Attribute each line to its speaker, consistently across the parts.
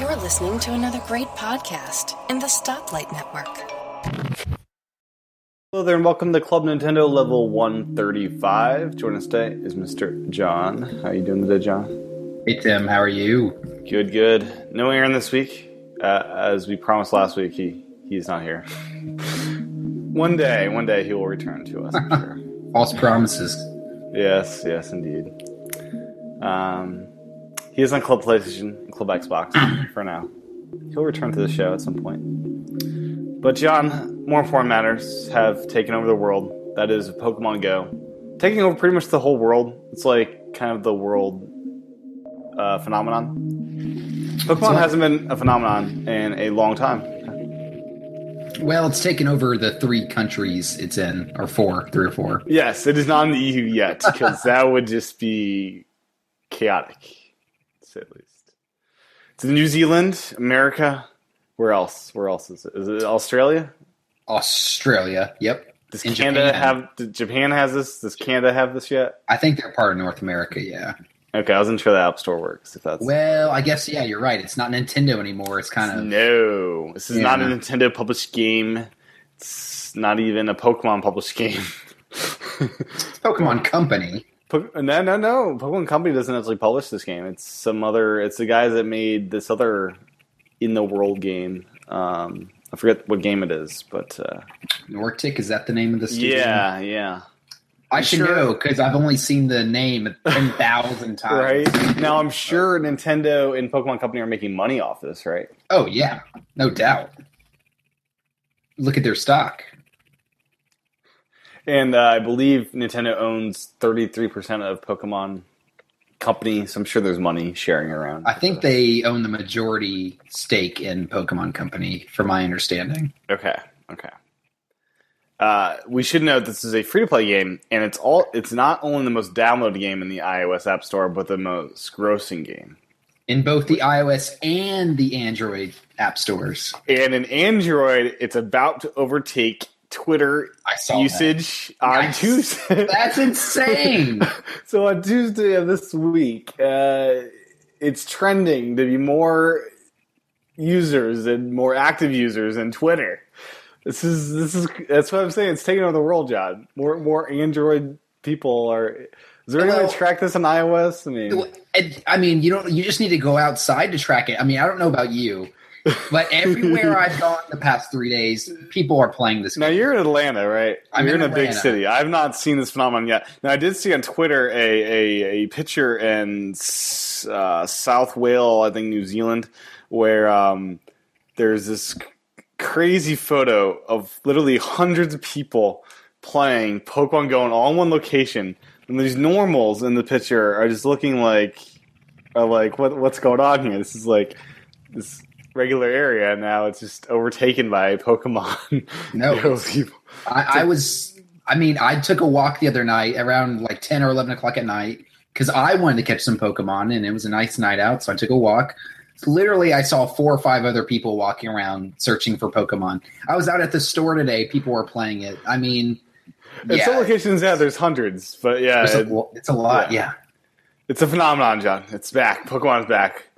Speaker 1: You're listening to another great podcast in the Stoplight Network.
Speaker 2: Hello there, and welcome to Club Nintendo level 135. Joining us today is Mr. John. How you doing today, John?
Speaker 3: Hey Tim, how are you?
Speaker 2: Good, good. No Aaron this week. Uh, as we promised last week, he he's not here. one day, one day he will return to us. I'm sure.
Speaker 3: False promises.
Speaker 2: Yes, yes, indeed. Um, he is on Club PlayStation, Club Xbox for now. He'll return to the show at some point. But John, more important matters have taken over the world. That is Pokemon Go, taking over pretty much the whole world. It's like kind of the world uh, phenomenon. Pokemon hasn't been a phenomenon in a long time.
Speaker 3: Well, it's taken over the three countries it's in, or four, three or four.
Speaker 2: Yes, it is not in the EU yet because that would just be chaotic, to say the least. It's in New Zealand, America. Where else? Where else is it? Is it Australia?
Speaker 3: Australia, yep.
Speaker 2: Does
Speaker 3: And
Speaker 2: Canada
Speaker 3: Japan.
Speaker 2: have? Did Japan has this? Does Canada have this yet?
Speaker 3: I think they're part of North America, yeah.
Speaker 2: Okay, I wasn't sure the App Store works. If that's
Speaker 3: Well, I guess yeah, you're right. It's not Nintendo anymore. It's kind of
Speaker 2: no, this is not a
Speaker 3: Yeah.
Speaker 2: Nintendo published game. It's not even a Pokemon published game.
Speaker 3: it's Pokemon Company.
Speaker 2: Po- no, no, no. Pokemon Company doesn't actually publish this game. It's some other. It's the guys that made this other in the world game. Um, I forget what game it is, but uh,
Speaker 3: Nortic is that the name of the studio?
Speaker 2: yeah, yeah,
Speaker 3: I should
Speaker 2: Sure.
Speaker 3: know because I've only seen the name ten thousand times.
Speaker 2: right. Now I'm sure Nintendo and Pokemon Company are making money off this, right?
Speaker 3: Oh yeah, no doubt. Look at their stock.
Speaker 2: And uh, I believe Nintendo owns 33% of Pokemon Company, so I'm sure there's money sharing around.
Speaker 3: I think they own the majority stake in Pokemon Company, from my understanding.
Speaker 2: Okay, okay. Uh, we should note this is a free to play game, and it's all it's not only the most downloaded game in the iOS App Store, but the most grossing game.
Speaker 3: In both the iOS and the Android app stores.
Speaker 2: And in Android, it's about to overtake Twitter
Speaker 3: I saw that.
Speaker 2: usage on
Speaker 3: Nice.
Speaker 2: Tuesday.
Speaker 3: That's insane.
Speaker 2: so on Tuesday of this week, uh, it's trending to be more users and more active users in Twitter. This is this is that's what I'm saying. It's taking over the world, John. More more Android people are. Is there any way
Speaker 3: Well-
Speaker 2: to track this on iOS? I mean,
Speaker 3: And, I mean, you don't you just need to go outside to track it. I mean, I don't know about you, but everywhere I've gone the past 3 days, people are playing this
Speaker 2: now
Speaker 3: game.
Speaker 2: you're in Atlanta, right?
Speaker 3: I'm
Speaker 2: you're in,
Speaker 3: in
Speaker 2: a big
Speaker 3: Atlanta.
Speaker 2: city. I've not seen this phenomenon yet. Now I did see on Twitter a a, a picture in S- uh, South Wales, I think New Zealand, where um, there's this c- crazy photo of literally hundreds of people playing Pokemon Go in all one location, and these normals in the picture are just looking like are like what what's going on here? This is like this regular area now it's just overtaken by pokemon
Speaker 3: No,
Speaker 2: Yo, people.
Speaker 3: I, I was I mean, I took a walk the other night around like ten or eleven o'clock at night because I wanted to catch some Pokemon and it was a nice night out, so I took a walk. Literally I saw four or five other people walking around searching for Pokemon. I was out at the store today, people were playing it. I mean
Speaker 2: In some
Speaker 3: yeah,
Speaker 2: locations, yeah, there's hundreds, but yeah,
Speaker 3: it's a,
Speaker 2: it-
Speaker 3: lo- it's a lot,
Speaker 2: Yeah.
Speaker 3: yeah.
Speaker 2: it's a phenomenon, John. It's back. Pokemon's back.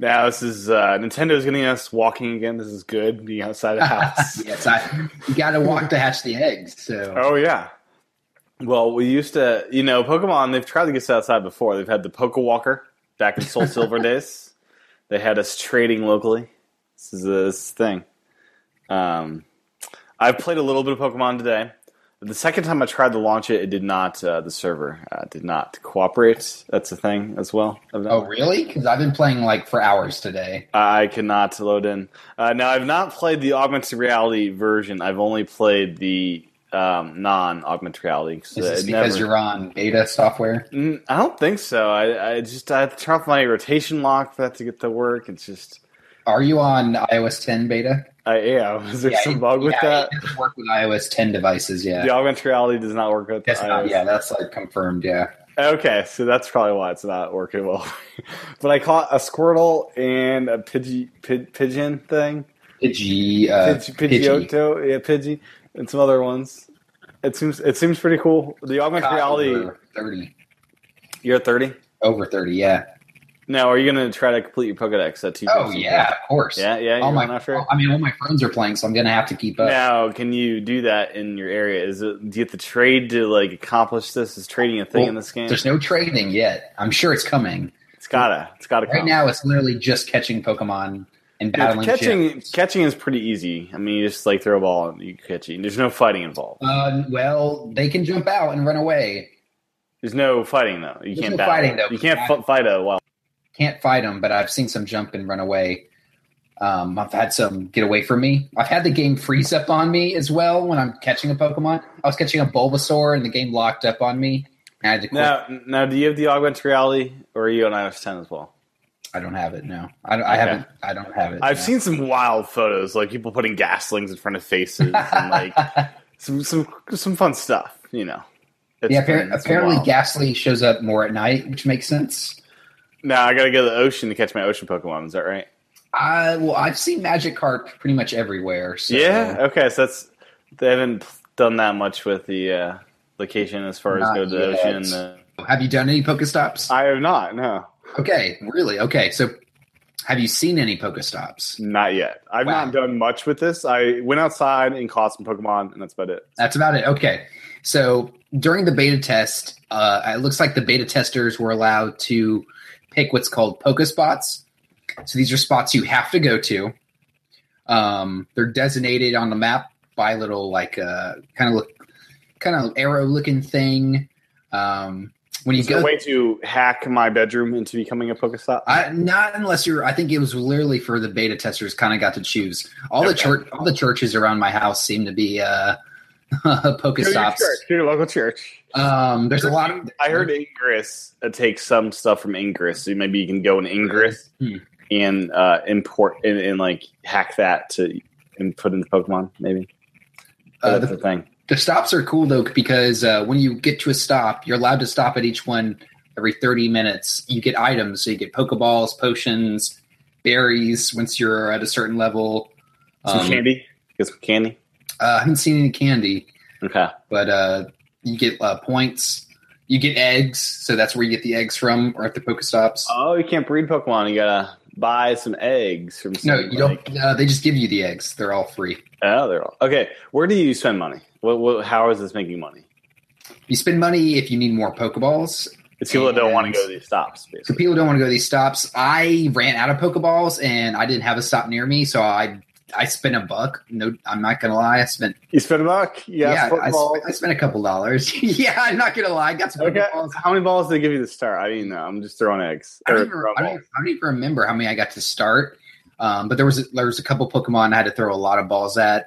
Speaker 2: Now this is uh, Nintendo's getting us walking again. This is good. Being outside the house.
Speaker 3: yes, I, you got to walk to hatch the eggs. So
Speaker 2: Oh yeah. Well, we used to, you know, Pokemon. They've tried to get us outside before. They've had the Poke Walker back in Soul Silver days. They had us trading locally. This is a this is a thing. Um, I've played a little bit of Pokemon today. The second time I tried to launch it, it did not. Uh, the server uh, did not cooperate. That's a thing as well.
Speaker 3: oh really? Because I've been playing like for hours today.
Speaker 2: I could not load in. Uh, now I've not played the augmented reality version. I've only played the um, non-augmented reality. 'cause,
Speaker 3: Is
Speaker 2: uh,
Speaker 3: this
Speaker 2: it
Speaker 3: because
Speaker 2: never-
Speaker 3: you're on beta software?
Speaker 2: Mm, I don't think so. I, I just I have to turn off my rotation lock for that to get to work. It's just
Speaker 3: Are you on iOS 10 beta?
Speaker 2: I am. Is there some
Speaker 3: it-
Speaker 2: bug with
Speaker 3: yeah,
Speaker 2: that?
Speaker 3: It doesn't work with iOS 10 devices. Yeah,
Speaker 2: The augmented reality does not work with
Speaker 3: that's
Speaker 2: the
Speaker 3: not,
Speaker 2: iOS.
Speaker 3: yeah, that's like confirmed. Yeah,
Speaker 2: Okay, so that's probably why it's not working well. but I caught a Squirtle and a Pidgey, Pid, Pigeon thing.
Speaker 3: Pidgey, uh,
Speaker 2: Pidge- oh,
Speaker 3: Pidgey.
Speaker 2: Pidgeotto, yeah, Pidgey, and some other ones. It seems it seems pretty cool. The augmented
Speaker 3: Got
Speaker 2: reality.
Speaker 3: over thirty,
Speaker 2: You're 30.
Speaker 3: over thirty. Yeah,
Speaker 2: Now, are you going to try to complete your Pokedex at two?
Speaker 3: Oh
Speaker 2: bucks a
Speaker 3: yeah,
Speaker 2: day?
Speaker 3: of course.
Speaker 2: yeah, yeah.
Speaker 3: all
Speaker 2: You're
Speaker 3: my,
Speaker 2: going after it?
Speaker 3: I mean, all my friends are playing, so I'm gonna have to keep up.
Speaker 2: Now, can you do that in your area? Is it do you have to trade to like accomplish this? Is trading a thing
Speaker 3: Well,
Speaker 2: in this game?
Speaker 3: There's no trading yet. I'm sure it's coming.
Speaker 2: It's gotta, it's gotta
Speaker 3: Right
Speaker 2: come.
Speaker 3: now, it's literally just catching Pokemon and
Speaker 2: Yeah,
Speaker 3: battling.
Speaker 2: catching,
Speaker 3: gyms.
Speaker 2: catching is pretty easy. I mean, you just like throw a ball and you catch it. There's no fighting involved.
Speaker 3: Uh, well, they can jump out and run away.
Speaker 2: There's no fighting though. You
Speaker 3: There's
Speaker 2: can't
Speaker 3: no
Speaker 2: battle.
Speaker 3: fighting, though.
Speaker 2: You can't f- fight a wild.
Speaker 3: Can't fight them, but I've seen some jump and run away. Um, I've had some get away from me. I've had the game freeze up on me as well when I'm catching a Pokemon. I was catching a Bulbasaur and the game locked up on me. And I had to quit.
Speaker 2: Now, now, do you have the augmented reality, or are you on iOS 10 as well?
Speaker 3: I don't have it. No, I, don't, I
Speaker 2: Okay.
Speaker 3: haven't. I don't have it.
Speaker 2: I've
Speaker 3: no.
Speaker 2: seen some wild photos, like people putting gas slings in front of faces, and like some some some fun stuff. You know. It's
Speaker 3: yeah,
Speaker 2: been-
Speaker 3: appar-
Speaker 2: it's been
Speaker 3: apparently
Speaker 2: wild.
Speaker 3: Ghastly shows up more at night, which makes sense.
Speaker 2: Now I gotta go to the ocean to catch my ocean Pokemon. Is that right?
Speaker 3: I well, I've seen Magikarp pretty much everywhere. So
Speaker 2: yeah. Okay. So that's they haven't done that much with the uh, location as far as
Speaker 3: Not
Speaker 2: go to the
Speaker 3: yet.
Speaker 2: ocean. Uh,
Speaker 3: Have you done any Pokestops?
Speaker 2: I have not. No,
Speaker 3: okay, really? Okay, so have you seen any Pokestops?
Speaker 2: not yet. I've
Speaker 3: Wow.
Speaker 2: not done much with this. I went outside and caught some Pokemon, and that's about it.
Speaker 3: That's about it. Okay, so during the beta test, uh, it looks like the beta testers were allowed to pick what's called Pokespots. So these are spots you have to go to. Um, they're designated on the map by little like uh, kind of look, kind of arrow looking thing. Um, when you
Speaker 2: Is there
Speaker 3: go,
Speaker 2: a way to hack my bedroom into becoming a Pokestop?
Speaker 3: I, not unless you're. I think it was literally for the beta testers. Kind of got to choose. All the
Speaker 2: Okay.
Speaker 3: church, all the churches around my house seem to be uh,
Speaker 2: Go to your
Speaker 3: Pokestops.
Speaker 2: church, to your local church.
Speaker 3: Um, there's a lot of.
Speaker 2: I heard Ingress uh, takes some stuff from Ingress, so maybe you can go in Ingress
Speaker 3: Hmm.
Speaker 2: and uh, import and, and like hack that to and put into Pokemon. Maybe
Speaker 3: uh,
Speaker 2: that's
Speaker 3: the,
Speaker 2: the thing.
Speaker 3: the stops are cool though because uh, when you get to a stop, you're allowed to stop at each one every 30 minutes. You get items, so you get pokeballs, potions, berries. Once you're at a certain level,
Speaker 2: Some
Speaker 3: Um,
Speaker 2: candy. Get some candy.
Speaker 3: uh, I haven't seen any candy.
Speaker 2: Okay.
Speaker 3: but uh, you get uh, points. You get eggs, so that's where you get the eggs from, or at the Pokestops.
Speaker 2: Oh, you can't breed Pokemon. You gotta buy some eggs from.
Speaker 3: no,
Speaker 2: some,
Speaker 3: you
Speaker 2: like-
Speaker 3: don't. Uh, they just give you the eggs. They're all free.
Speaker 2: Oh, they're all okay. Where do you spend money? What, what, how is this making money?
Speaker 3: You spend money if you need more Pokeballs.
Speaker 2: It's people that don't want to
Speaker 3: And-
Speaker 2: go to these stops.
Speaker 3: So
Speaker 2: Basically,
Speaker 3: people don't want to go to these stops. I ran out of Pokeballs, and I didn't have a stop near me, so I I spent a buck. No, I'm not gonna lie. I spent
Speaker 2: you spend a buck. You ask
Speaker 3: yeah,
Speaker 2: for
Speaker 3: I,
Speaker 2: balls.
Speaker 3: sp- I spent a couple dollars. yeah, I'm not gonna lie. I got some
Speaker 2: Okay.
Speaker 3: Pokeballs.
Speaker 2: How many balls did they give you to start? I didn't know. I'm just throwing eggs.
Speaker 3: I don't,
Speaker 2: Or
Speaker 3: even,
Speaker 2: throwing
Speaker 3: I, don't,
Speaker 2: balls.
Speaker 3: I don't even remember how many I got to start. Um, but there was a, there was a couple Pokemon I had to throw a lot of balls at.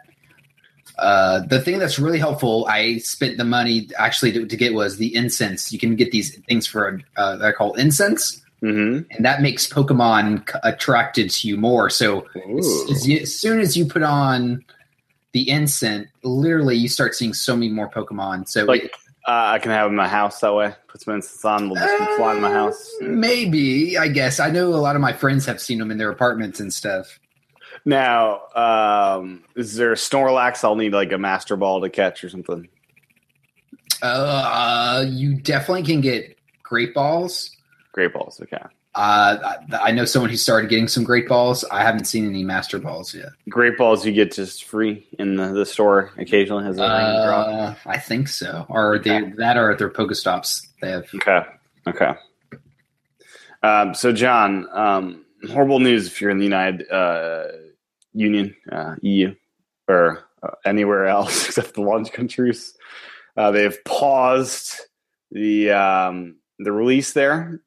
Speaker 3: Uh, the thing that's really helpful, I spent the money actually to, to get was the incense. You can get these things for uh, they're called incense,
Speaker 2: Mhm.
Speaker 3: and that makes Pokemon c- attracted to you more. So as, as
Speaker 2: Ooh.
Speaker 3: you- as soon as you put on the incense, literally you start seeing so many more Pokemon. So
Speaker 2: Like Uh, I can have them in my house that way. Put some incense on. We'll just
Speaker 3: Uh,
Speaker 2: fly in my house.
Speaker 3: Maybe, I guess. I know a lot of my friends have seen them in their apartments and stuff.
Speaker 2: Now, um, is there a Snorlax? I'll need like a Master Ball to catch or something.
Speaker 3: Uh, you definitely can get great balls.
Speaker 2: Great balls. Okay.
Speaker 3: Uh, I, I know someone who started getting some great balls. I haven't seen any master balls yet.
Speaker 2: Great balls you get just free in the, the store occasionally as a random drop.
Speaker 3: Uh, I think so. Or they that are at their Pokestops. They have.
Speaker 2: Okay. Okay. Um, so, John, um, horrible news if you're in the United uh, Union, uh, EU, or uh, anywhere else except the launch countries. Uh, they have paused the um, the release there.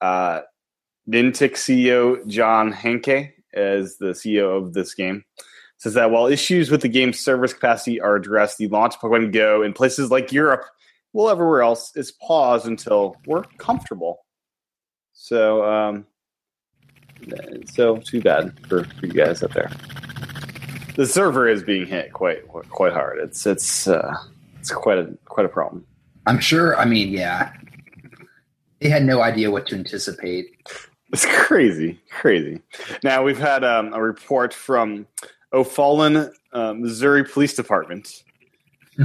Speaker 2: Uh, Nintic CEO John Henke is the CEO of this game. Says that while issues with the game's service capacity are addressed, the launch of Pokemon Go in places like Europe well, everywhere else is paused until we're comfortable. So, um, th- so too bad for, for you guys up there. The server is being hit quite quite hard. It's it's uh, it's quite a quite a problem.
Speaker 3: I'm sure. I mean, yeah. They had no idea what to anticipate.
Speaker 2: It's crazy, crazy. Now we've had um, a report from O'Fallon, uh, Missouri Police Department.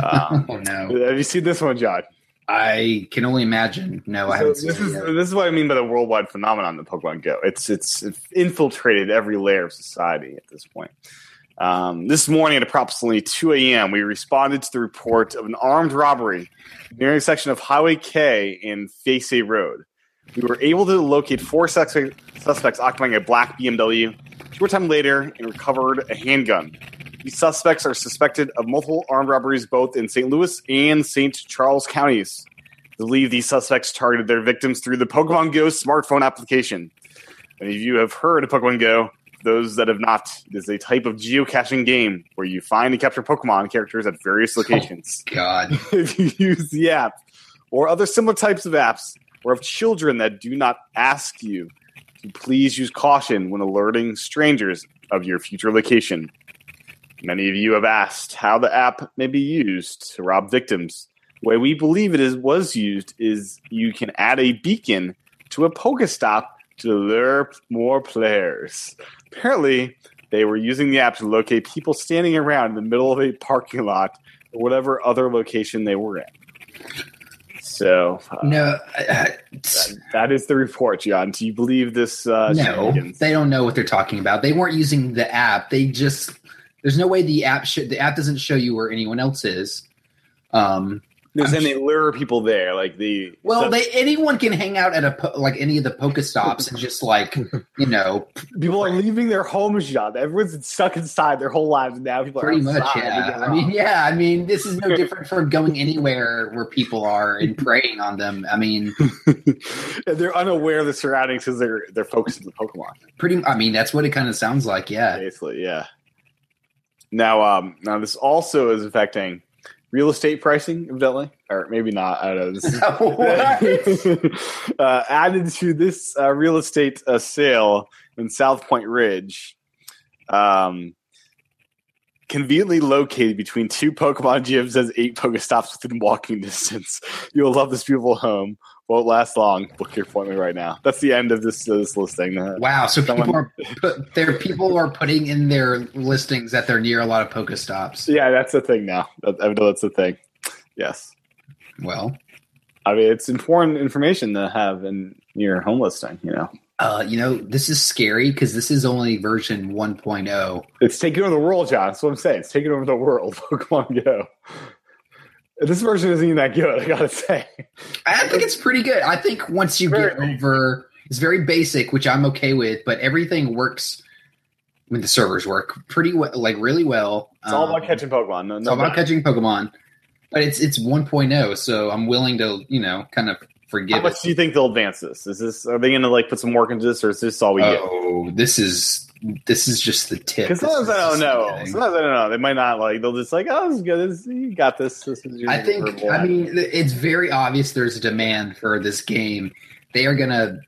Speaker 2: Um,
Speaker 3: oh no!
Speaker 2: have you seen this one, John?
Speaker 3: I can only imagine. No, I
Speaker 2: So
Speaker 3: haven't
Speaker 2: this
Speaker 3: seen it
Speaker 2: is
Speaker 3: yet.
Speaker 2: this is what I mean by the worldwide phenomenon that Pokemon Go. It's it's infiltrated every layer of society at this point. Um, this morning at approximately 2 a.m., we responded to the report of an armed robbery near a section of Highway K and Face Road. We were able to locate four suspe- suspects occupying a black BMW. Short time later, and recovered a handgun. These suspects are suspected of multiple armed robberies both in St. Louis and St. Charles counties believe these suspects targeted their victims through the Pokemon Go smartphone application. Many of you have heard of Pokemon Go. For Those that have not, it is a type of geocaching game where you find and capture Pokemon characters at various locations.
Speaker 3: God.
Speaker 2: if you use the app or other similar types of apps, or of children that do not ask you to please use caution when alerting strangers of your future location. Many of you have asked how the app may be used to rob victims. The way we believe it is was used is you can add a beacon to a Pokestop to lure more players. Apparently, they were using the app to locate people standing around in the middle of a parking lot or whatever other location they were at. So uh,
Speaker 3: No, uh,
Speaker 2: that, that is the report, John. Do you believe this? Uh,
Speaker 3: no,
Speaker 2: shenanigans?
Speaker 3: they don't know what they're talking about. They weren't using the app. They just there's no way the app should the app doesn't show you where anyone else is. Um,
Speaker 2: There's and they lure people there, like the
Speaker 3: well,
Speaker 2: so
Speaker 3: they anyone can hang out at a po- like any of the Pokestops and just like you know
Speaker 2: people are leaving their homes, John. Everyone's stuck inside their whole lives and now. People
Speaker 3: pretty
Speaker 2: are outside
Speaker 3: much
Speaker 2: to get
Speaker 3: yeah. I
Speaker 2: robbed.
Speaker 3: mean yeah, I mean this is no different from going anywhere where people are and preying on them. I mean,
Speaker 2: And they're unaware of the surroundings because they're they're focused on the Pokemon,
Speaker 3: pretty. I mean that's what it kind of sounds like. Yeah.
Speaker 2: basically. Yeah. Now, um, now this also is affecting real estate pricing, evidently, or maybe not. I don't know. This is
Speaker 3: What?
Speaker 2: uh, added to this uh, real estate uh, sale in South Point Ridge, um, conveniently located between two Pokemon gyms, has eight Pokestops within walking distance. You will love this beautiful home. Won't last long. Book your appointment right now. That's the end of this uh, this listing. Uh,
Speaker 3: Wow, so
Speaker 2: Someone-
Speaker 3: people are put, their people are putting in their listings that they're near a lot of Pokestops.
Speaker 2: yeah, that's the thing now. That, I know that's the thing. Yes,
Speaker 3: Well,
Speaker 2: I mean it's important information to have in your home listing. You know,
Speaker 3: uh, you know, this is scary because this is only version oh. 1.0.
Speaker 2: It's taking over the world, John. That's what I'm saying. It's taking over the world. Pokemon Go. This version isn't even that good, I gotta say.
Speaker 3: I think it's pretty good. I think once you get
Speaker 2: Very-
Speaker 3: over, it's very basic, which I'm okay with, but everything works when the servers work pretty well, like really well.
Speaker 2: It's all
Speaker 3: Um,
Speaker 2: about catching Pokemon. No,
Speaker 3: It's
Speaker 2: no
Speaker 3: all about
Speaker 2: doubt.
Speaker 3: catching Pokemon, but it's it's 1.0, so I'm willing to you know kind of
Speaker 2: How
Speaker 3: forgive it.
Speaker 2: much do you think they'll advance this? Is this are they gonna like put some work into this or is this all we get?
Speaker 3: Oh, this is this is just the tip.
Speaker 2: Because
Speaker 3: This
Speaker 2: sometimes
Speaker 3: is
Speaker 2: I don't
Speaker 3: just
Speaker 2: know.
Speaker 3: the beginning.
Speaker 2: Sometimes I don't know. They might not like they'll just like, oh this is good, this, you got this. This is your
Speaker 3: I think
Speaker 2: verbal
Speaker 3: I mean th- it's very obvious there's a demand for this game. They are gonna.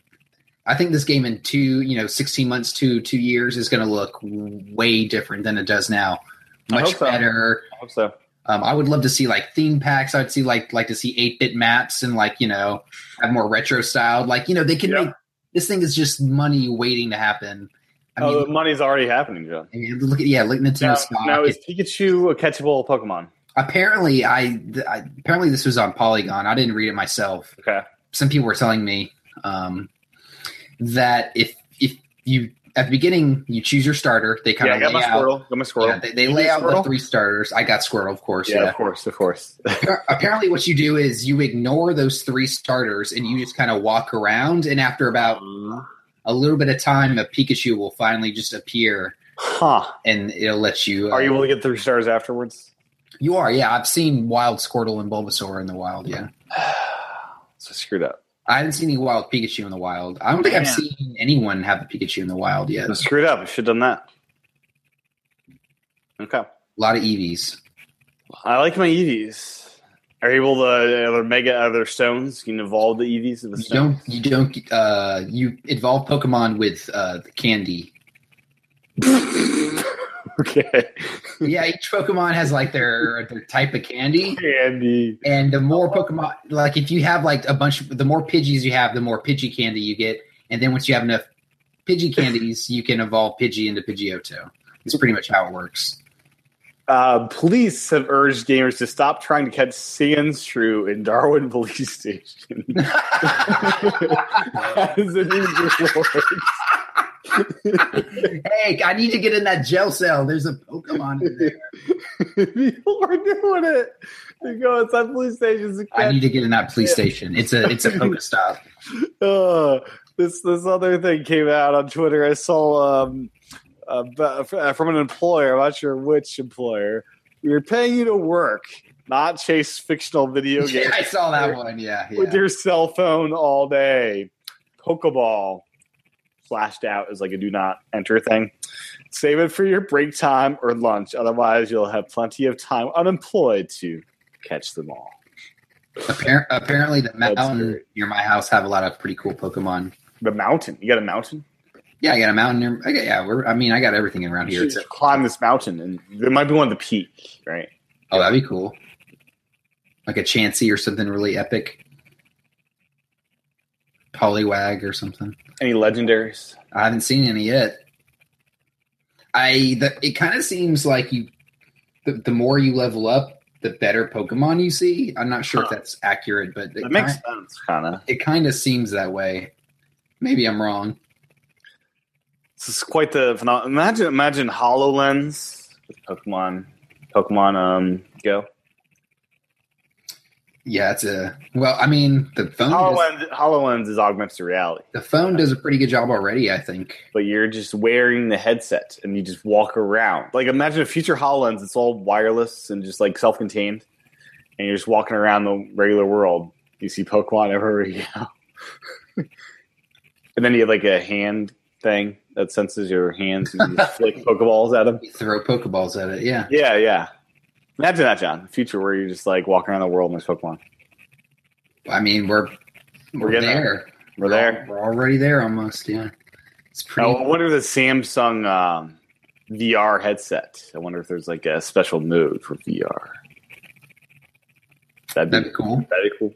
Speaker 3: I think this game in two, you know, sixteen months to two years is going to look way different than it does now.
Speaker 2: I
Speaker 3: Much
Speaker 2: hope so.
Speaker 3: better.
Speaker 2: I hope so.
Speaker 3: Um, I would love to see like theme packs. I'd see like like to see eight bit maps and like you know have more retro styled. Like you know they can
Speaker 2: Yeah.
Speaker 3: make this thing is just money waiting to happen. I
Speaker 2: oh
Speaker 3: mean,
Speaker 2: the money's already happening, John.
Speaker 3: I mean, look at yeah, look at Nintendo
Speaker 2: Now,
Speaker 3: stock.
Speaker 2: now is Pikachu a catchable Pokemon?
Speaker 3: apparently I, th- I apparently this was on polygon i didn't read it myself
Speaker 2: Okay.
Speaker 3: some people were telling me um, that if if you at the beginning you choose your starter they
Speaker 2: Yeah, I
Speaker 3: kind
Speaker 2: got
Speaker 3: of
Speaker 2: my
Speaker 3: lay out
Speaker 2: squirrel. Got my squirrel.
Speaker 3: yeah, they, they
Speaker 2: Did
Speaker 3: lay
Speaker 2: you
Speaker 3: out the
Speaker 2: Squirtle?
Speaker 3: three starters i got squirtle of course
Speaker 2: yeah,
Speaker 3: yeah,
Speaker 2: of course, of course.
Speaker 3: Appar- apparently what you do is you ignore those three starters and you just kind of walk around and after about a little bit of time a pikachu will finally just appear
Speaker 2: Huh.
Speaker 3: and it'll let you uh,
Speaker 2: Are you able to get three stars afterwards?
Speaker 3: you are yeah i've seen wild squirtle and bulbasaur in the wild yeah
Speaker 2: so screwed up.
Speaker 3: I haven't seen any wild Pikachu in the wild. I don't think I've
Speaker 2: Man.
Speaker 3: seen anyone have a Pikachu in the wild yet.
Speaker 2: So
Speaker 3: A
Speaker 2: screwed up. I should have done that. Okay.
Speaker 3: lot of Eevees.
Speaker 2: I like my EVs. Are you able to are there mega other stones? You can evolve the EVs of the
Speaker 3: You
Speaker 2: stone.
Speaker 3: don't. You don't. Uh, you involve Pokemon with uh, the candy.
Speaker 2: okay.
Speaker 3: yeah, each Pokemon has like their their type of candy,
Speaker 2: Andy.
Speaker 3: and the more Pokemon, like if you have like a bunch, the more Pidgeys you have, the more Pidgey candy you get, and then once you have enough Pidgey candies, you can evolve Pidgey into Pidgeotto. It's pretty much how it works.
Speaker 2: Uh, police have urged gamers to stop trying to catch Sandshrew in Darwin Police Station. That is the news
Speaker 3: hey, I need to get in that jail cell. There's a Pokemon in there.
Speaker 2: report. People are doing it. They go outside police stations to
Speaker 3: I
Speaker 2: catch
Speaker 3: need to get in that police station. It's a it's a Pokestop.
Speaker 2: uh, this this other thing came out on Twitter. I saw um, uh, b- uh, from an employer. I'm not sure which employer. We were paying you to work, not chase fictional video games
Speaker 3: I saw that one. Yeah, yeah.
Speaker 2: with your cell phone all day. Pokeball flashed out as like a do not enter thing. Save it for your break time or lunch. Otherwise, you'll have plenty of time unemployed to catch them all.
Speaker 3: Appar- apparently, the
Speaker 2: That's
Speaker 3: mountain
Speaker 2: great.
Speaker 3: near my house have a lot of pretty cool Pokemon.
Speaker 2: The mountain. You got a mountain?
Speaker 3: Yeah, I got a mountain near. I got, yeah, we're, I mean, I got everything around here.
Speaker 2: You
Speaker 3: It's
Speaker 2: should climb this mountain, and there might be one at the peak, right?
Speaker 3: oh, that'd be cool. Like a Chansey or something really epic. Poliwag or something.
Speaker 2: Any legendaries?
Speaker 3: I haven't seen any yet. I the, it kind of seems like you the, the more you level up, the better Pokemon you see. I'm not sure if
Speaker 2: Huh.
Speaker 3: that's accurate, but it,
Speaker 2: That makes
Speaker 3: kind,
Speaker 2: sense, kind of.
Speaker 3: it kind of seems that way. Maybe I'm wrong.
Speaker 2: This is quite the phenomenon. Imagine, imagine Hololens with Pokemon, Pokemon um Go.
Speaker 3: Yeah, it's a well. I mean, the phone
Speaker 2: Oh,
Speaker 3: does,
Speaker 2: Hololens, Hololens is augmented reality,
Speaker 3: the phone does a pretty good job already. I think.
Speaker 2: but you're just wearing the headset and you just walk around. Like imagine a future Hololens. It's all wireless and just like self-contained, and you're just walking around the regular world. You see Pokemon everywhere you go, and then you have like a hand thing that senses your hands and you just flick Pokeballs at them.
Speaker 3: You throw Pokeballs at it. Yeah,
Speaker 2: Yeah, yeah. Imagine that, John. The future where you're just like walking around the world and there's Pokemon.
Speaker 3: I mean we're we're,
Speaker 2: getting
Speaker 3: there.
Speaker 2: We're there. Oh.
Speaker 3: We're already there almost. Yeah, it's
Speaker 2: I
Speaker 3: pretty.
Speaker 2: wonder the Samsung um, VR headset. I wonder if there's like a special mode for VR. That'd be,
Speaker 3: That'd be cool.
Speaker 2: that'd be cool.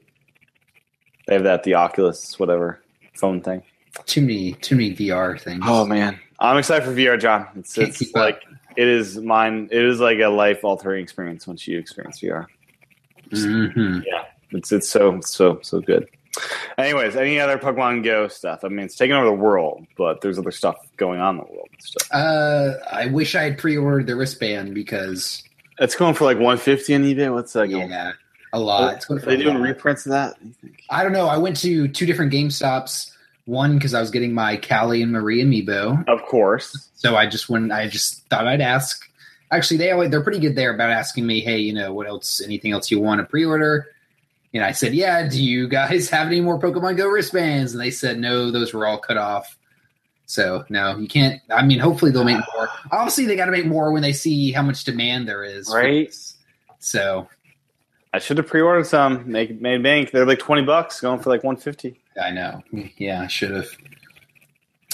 Speaker 2: They have that the Oculus whatever phone thing.
Speaker 3: Too many too many VR things.
Speaker 2: Oh man, I'm excited for VR, John. It's,
Speaker 3: Can't
Speaker 2: it's
Speaker 3: keep up.
Speaker 2: like it is mine. It is like a life altering experience once you experience VR.
Speaker 3: Mhm.
Speaker 2: It's it's so so so good. Anyways, any other Pokemon Go stuff? I mean, it's taking over the world, but there's other stuff going on in the world. and stuff.
Speaker 3: Uh, I wish I had pre-ordered the wristband because
Speaker 2: It's going for like 150 on eBay. What's that going?
Speaker 3: yeah, a
Speaker 2: Are-
Speaker 3: lot. It's going
Speaker 2: Are
Speaker 3: for
Speaker 2: they
Speaker 3: a
Speaker 2: doing
Speaker 3: lot.
Speaker 2: reprints of that? You think?
Speaker 3: I don't know. I went to two different GameStops. One because I was getting my Callie and Marie amiibo,
Speaker 2: Of course.
Speaker 3: so I just went. I just thought I'd ask. Actually, they always, they're pretty good there about asking me, hey, you know, what else? Anything else you want to pre-order? And I said, yeah. Do you guys have any more Pokemon Go wristbands? And they said, no, those were all cut off. So no, you can't. I mean, hopefully they'll make more. Obviously, they got to make more when they see how much demand there is. for
Speaker 2: Right.
Speaker 3: this. So
Speaker 2: I should have pre-ordered some. Make made bank. They're like 20 bucks, going for like 150.
Speaker 3: I know. Yeah, I should have.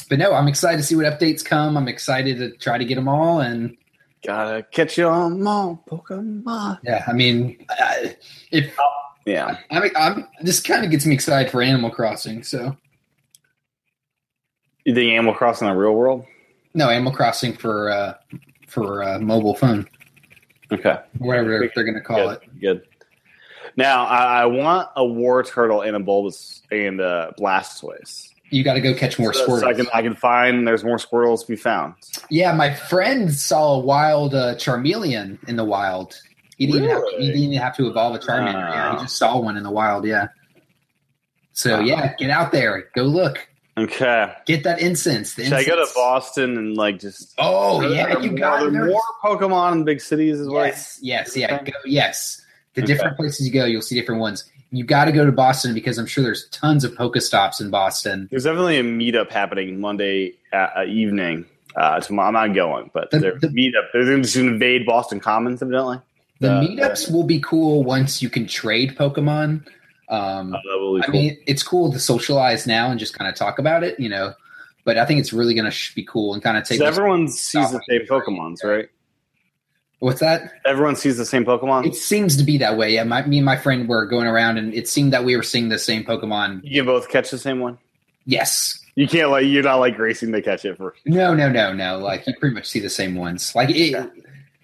Speaker 3: But no, I'm excited to see what updates come. I'm excited to try to get them all. And
Speaker 2: Gotta catch you on all, Pokemon.
Speaker 3: yeah, I mean, I, if
Speaker 2: Yeah.
Speaker 3: I'm, I'm this kind of gets me excited for Animal Crossing. So
Speaker 2: You think Animal Crossing in the real world?
Speaker 3: no, Animal Crossing for uh, for uh, mobile phone,
Speaker 2: Okay.
Speaker 3: whatever they're going to call
Speaker 2: good,
Speaker 3: it.
Speaker 2: Good. Now I, I want a War Turtle and a Bulbous and a Blastoise.
Speaker 3: You got to go catch more
Speaker 2: so,
Speaker 3: squirrels.
Speaker 2: so I can I can find there's more squirrels to be found.
Speaker 3: yeah, my friend saw a wild uh, Charmeleon in the wild. He didn't, have,
Speaker 2: Really? Ah.
Speaker 3: he didn't have to evolve a Charmander. Yeah,
Speaker 2: Wow.
Speaker 3: he just saw one in the wild. Yeah. So
Speaker 2: Wow.
Speaker 3: yeah, get out there, go look.
Speaker 2: Okay.
Speaker 3: Get that incense. The
Speaker 2: Should I
Speaker 3: incense.
Speaker 2: go to Boston and like just
Speaker 3: Oh
Speaker 2: Are
Speaker 3: yeah,
Speaker 2: there
Speaker 3: you
Speaker 2: more-
Speaker 3: got
Speaker 2: are
Speaker 3: it.
Speaker 2: there more Pokemon in big cities as well.
Speaker 3: Yes, yes, yeah, go, yes. The
Speaker 2: Okay.
Speaker 3: different places you go, you'll see different ones. You got to go to Boston because I'm sure there's tons of Pokestops in Boston.
Speaker 2: There's definitely a meetup happening Monday uh, evening. Uh, tomorrow, I'm not going, but
Speaker 3: The-
Speaker 2: there's
Speaker 3: the-
Speaker 2: a meetup. They're going to invade Boston Commons, evidently.
Speaker 3: The
Speaker 2: Uh,
Speaker 3: meetups will be cool once you can trade Pokemon. Um,
Speaker 2: Uh, that will be
Speaker 3: I
Speaker 2: cool.
Speaker 3: mean, it's cool to socialize now and just kind of talk about it, you know. But I think it's really going to sh- be cool and kind of take.
Speaker 2: 'Cause everyone sees the same Pokemons, right?
Speaker 3: what's that?
Speaker 2: Everyone sees the same Pokemon.
Speaker 3: It seems to be that way. Yeah, my, me and my friend were going around, and it seemed that we were seeing the same Pokemon.
Speaker 2: You can both catch the same one.
Speaker 3: Yes,
Speaker 2: You can't like you're not like racing to catch it first.
Speaker 3: No, no, no, no. Like you pretty much see the same ones. Like it,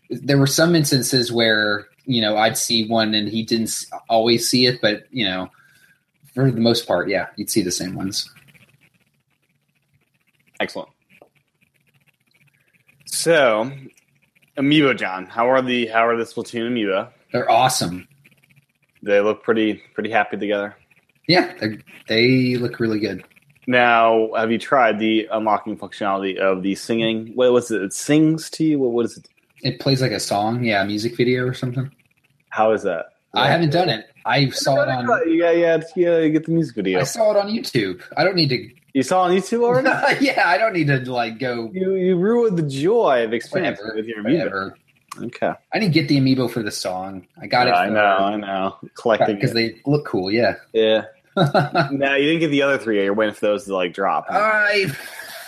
Speaker 3: there were some instances where you know I'd see one and he didn't s- always see it, but you know, for the most part, yeah, you'd see the same ones.
Speaker 2: Excellent. So, Amiibo John, how are the how are the Splatoon Amiibo?
Speaker 3: They're awesome.
Speaker 2: They look pretty pretty happy together.
Speaker 3: Yeah, they're- they look really good.
Speaker 2: Now, have you tried the unlocking functionality of the singing? What was it? It sings to you. What what is it?
Speaker 3: It plays like a song, yeah, a music video or something.
Speaker 2: How is that?
Speaker 3: I haven't done it. I saw it on.
Speaker 2: Yeah, yeah, it's- yeah. You get the music video.
Speaker 3: I saw it on YouTube. I don't need to.
Speaker 2: You saw it on YouTube already.
Speaker 3: yeah, I don't need to like go
Speaker 2: you you ruined the joy of experience
Speaker 3: whatever.
Speaker 2: with your Amiibo.
Speaker 3: whatever.
Speaker 2: Okay.
Speaker 3: I didn't get the amiibo for the song. I got
Speaker 2: Yeah, I
Speaker 3: it.
Speaker 2: know. I know. Collecting.
Speaker 3: because
Speaker 2: it.
Speaker 3: they look cool. Yeah.
Speaker 2: yeah.
Speaker 3: I
Speaker 2: No, you didn't get the other three. You're waiting for those to like drop.
Speaker 3: Oh,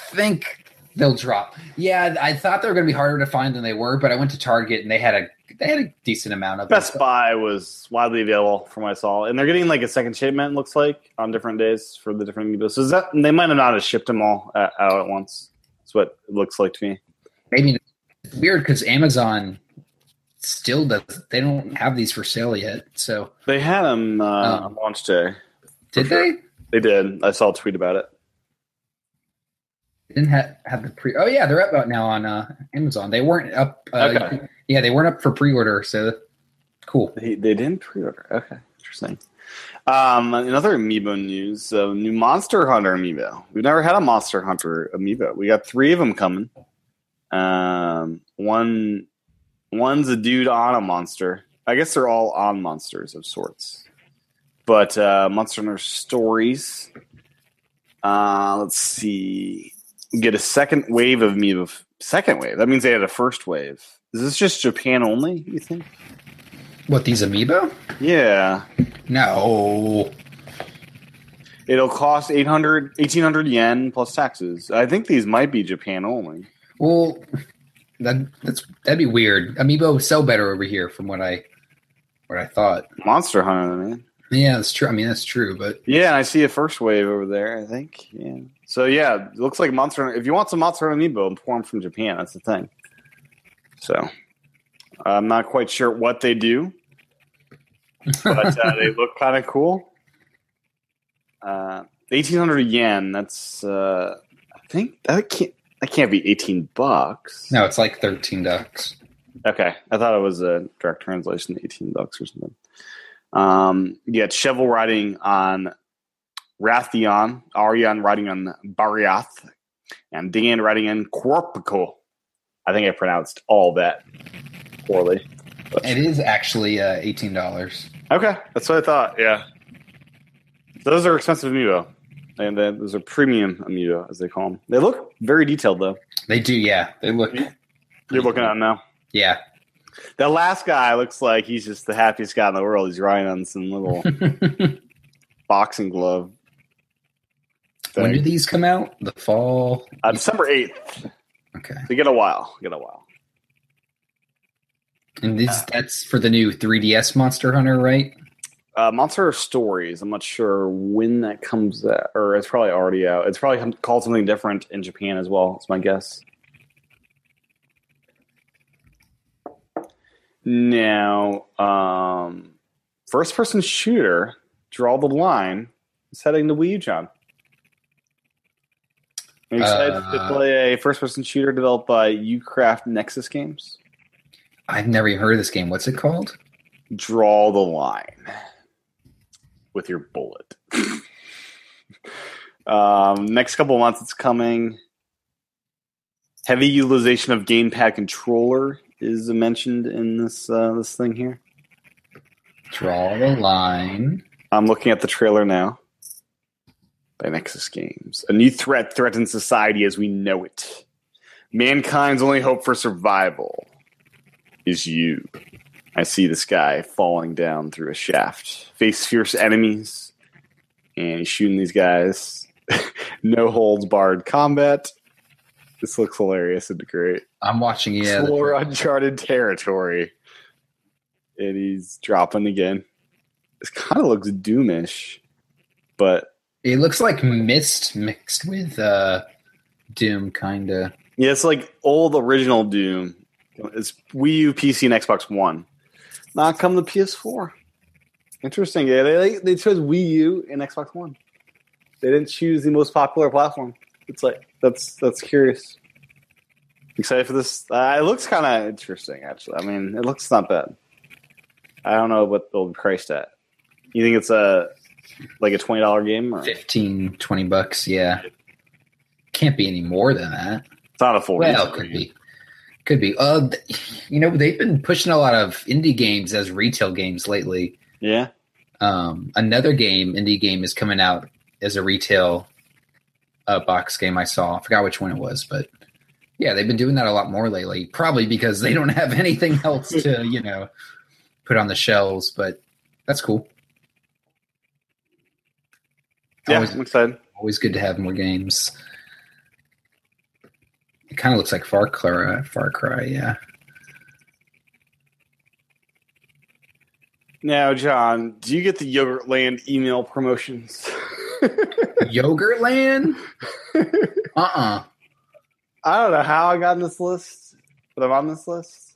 Speaker 3: think they'll drop. Yeah, I thought they were going to be harder to find than they were, but I went to Target and they had a they had a decent amount of them.
Speaker 2: Best Buy was widely available from what I saw, and they're getting like a second shipment. Looks like on different days for the different amiibo. So is that they might have not have shipped them all uh, out at once. That's what it looks like to me.
Speaker 3: Maybe it's weird because Amazon still does. They don't have these for sale yet. So
Speaker 2: They had them uh, on
Speaker 3: Um,
Speaker 2: launch day.
Speaker 3: did
Speaker 2: sure.
Speaker 3: they?
Speaker 2: They did. I saw a tweet about it.
Speaker 3: Didn't have have the pre. Oh yeah, they're up out now on uh, Amazon. They weren't up. Uh,
Speaker 2: Okay.
Speaker 3: Yeah, they weren't up for pre order. So cool.
Speaker 2: They, they didn't pre-order. Okay, interesting. Um, another amiibo news: uh, new Monster Hunter amiibo. We've never had a Monster Hunter amiibo. We got three of them coming. Um, one, one's a dude on a monster. I guess they're all on monsters of sorts. But uh, Monster Hunter Stories. Uh, let's see. Get a second wave of amiibo. Second wave. That means they had a first wave. Is this just Japan only? You think?
Speaker 3: What these amiibo?
Speaker 2: Yeah.
Speaker 3: No.
Speaker 2: It'll cost 800, 1800 yen plus taxes. I think these might be Japan only.
Speaker 3: Well, that that's that'd be weird. Amiibo sell better over here, from what I what I thought.
Speaker 2: Monster Hunter, man.
Speaker 3: Yeah, that's true. I mean, that's true. But
Speaker 2: Yeah, and I see a first wave over there, I think. Yeah. So, yeah, it looks like Monster Hunter. If you want some Monster Hunter amiibo, import them from Japan. That's the thing. So, I'm not quite sure what they do, but uh, they look kind of cool. Uh, 1800 yen, that's, uh, I think, that can't, that can't be 18 bucks.
Speaker 3: no, it's like thirteen ducks.
Speaker 2: Okay, I thought it was a direct translation, eighteen bucks or something. Um, you got shovel riding on Rathion, Arion riding on Bariath, and Dan riding on Quorpico. I think I pronounced all that poorly.
Speaker 3: It is actually uh, eighteen dollars.
Speaker 2: Okay, that's what I thought. Yeah, those are expensive amiibo, and uh, those are premium amiibo as they call them. They look very detailed though.
Speaker 3: They do, yeah. They look,
Speaker 2: You're looking at them now.
Speaker 3: yeah.
Speaker 2: The last guy looks like he's just the happiest guy in the world. He's riding on some little boxing glove.
Speaker 3: When do
Speaker 2: thing.
Speaker 3: these come out? The fall.
Speaker 2: Uh, December eighth.
Speaker 3: Okay,
Speaker 2: So get a while. Get a while.
Speaker 3: and this that's for the new 3DS Monster Hunter, right?
Speaker 2: Uh, Monster Stories. I'm not sure when that comes out, or it's probably already out. It's probably com- called something different in Japan as well. It's my guess. Now, um, first-person shooter, draw the line, is heading to Wii U, John. Are you excited to
Speaker 3: Uh,
Speaker 2: play a first-person shooter developed by Ucraft Nexus Games?
Speaker 3: I've never even heard of this game. What's it called?
Speaker 2: draw the line with your bullet. um, next couple of months, it's coming. Heavy utilization of gamepad controller is mentioned in this uh, this thing here.
Speaker 3: Draw the line.
Speaker 2: I'm looking at the trailer now. By Nexus Games, a new threat threatens society as we know it. Mankind's only hope for survival is you. I see this guy falling down through a shaft, face fierce enemies, and he's shooting these guys. no holds barred combat. This looks hilarious and great
Speaker 3: I'm watching. Yeah, the-
Speaker 2: explore uncharted territory. And he's dropping again. This kind of looks doomish, but
Speaker 3: it looks like mist mixed with uh, Doom, kind of.
Speaker 2: yeah, it's like old original Doom It's Wii U, PC, and Xbox One. Not come the PS4. Interesting. Yeah, they they chose Wii U and Xbox One. They didn't choose the most popular platform. It's like that's that's curious. Excited for this. Uh, it looks kind of interesting, actually. I mean, it looks not bad. I don't know what they'll price at. You think it's a like a twenty dollar game? Or? It's
Speaker 3: 15, 20 bucks. Yeah. Can't be any more than that.
Speaker 2: not a full.
Speaker 3: Well,
Speaker 2: retail
Speaker 3: could
Speaker 2: game.
Speaker 3: be. Could be. Uh, th- you know, they've been pushing a lot of indie games as retail games lately.
Speaker 2: Yeah.
Speaker 3: Um, another game, indie game, is coming out as a retail uh, box game. I saw. I forgot which one it was, but yeah, they've been doing that a lot more lately. Probably because they don't have anything else to you know put on the shelves. But that's cool.
Speaker 2: Yeah.
Speaker 3: Always-
Speaker 2: I'm excited.
Speaker 3: Always good to have more games. It kind of looks like Far Cry. Far Cry, yeah.
Speaker 2: Now, John, do you get the Yogurtland email promotions?
Speaker 3: Yogurtland. Uh uh
Speaker 2: I don't know how I got on this list, but I'm on this list.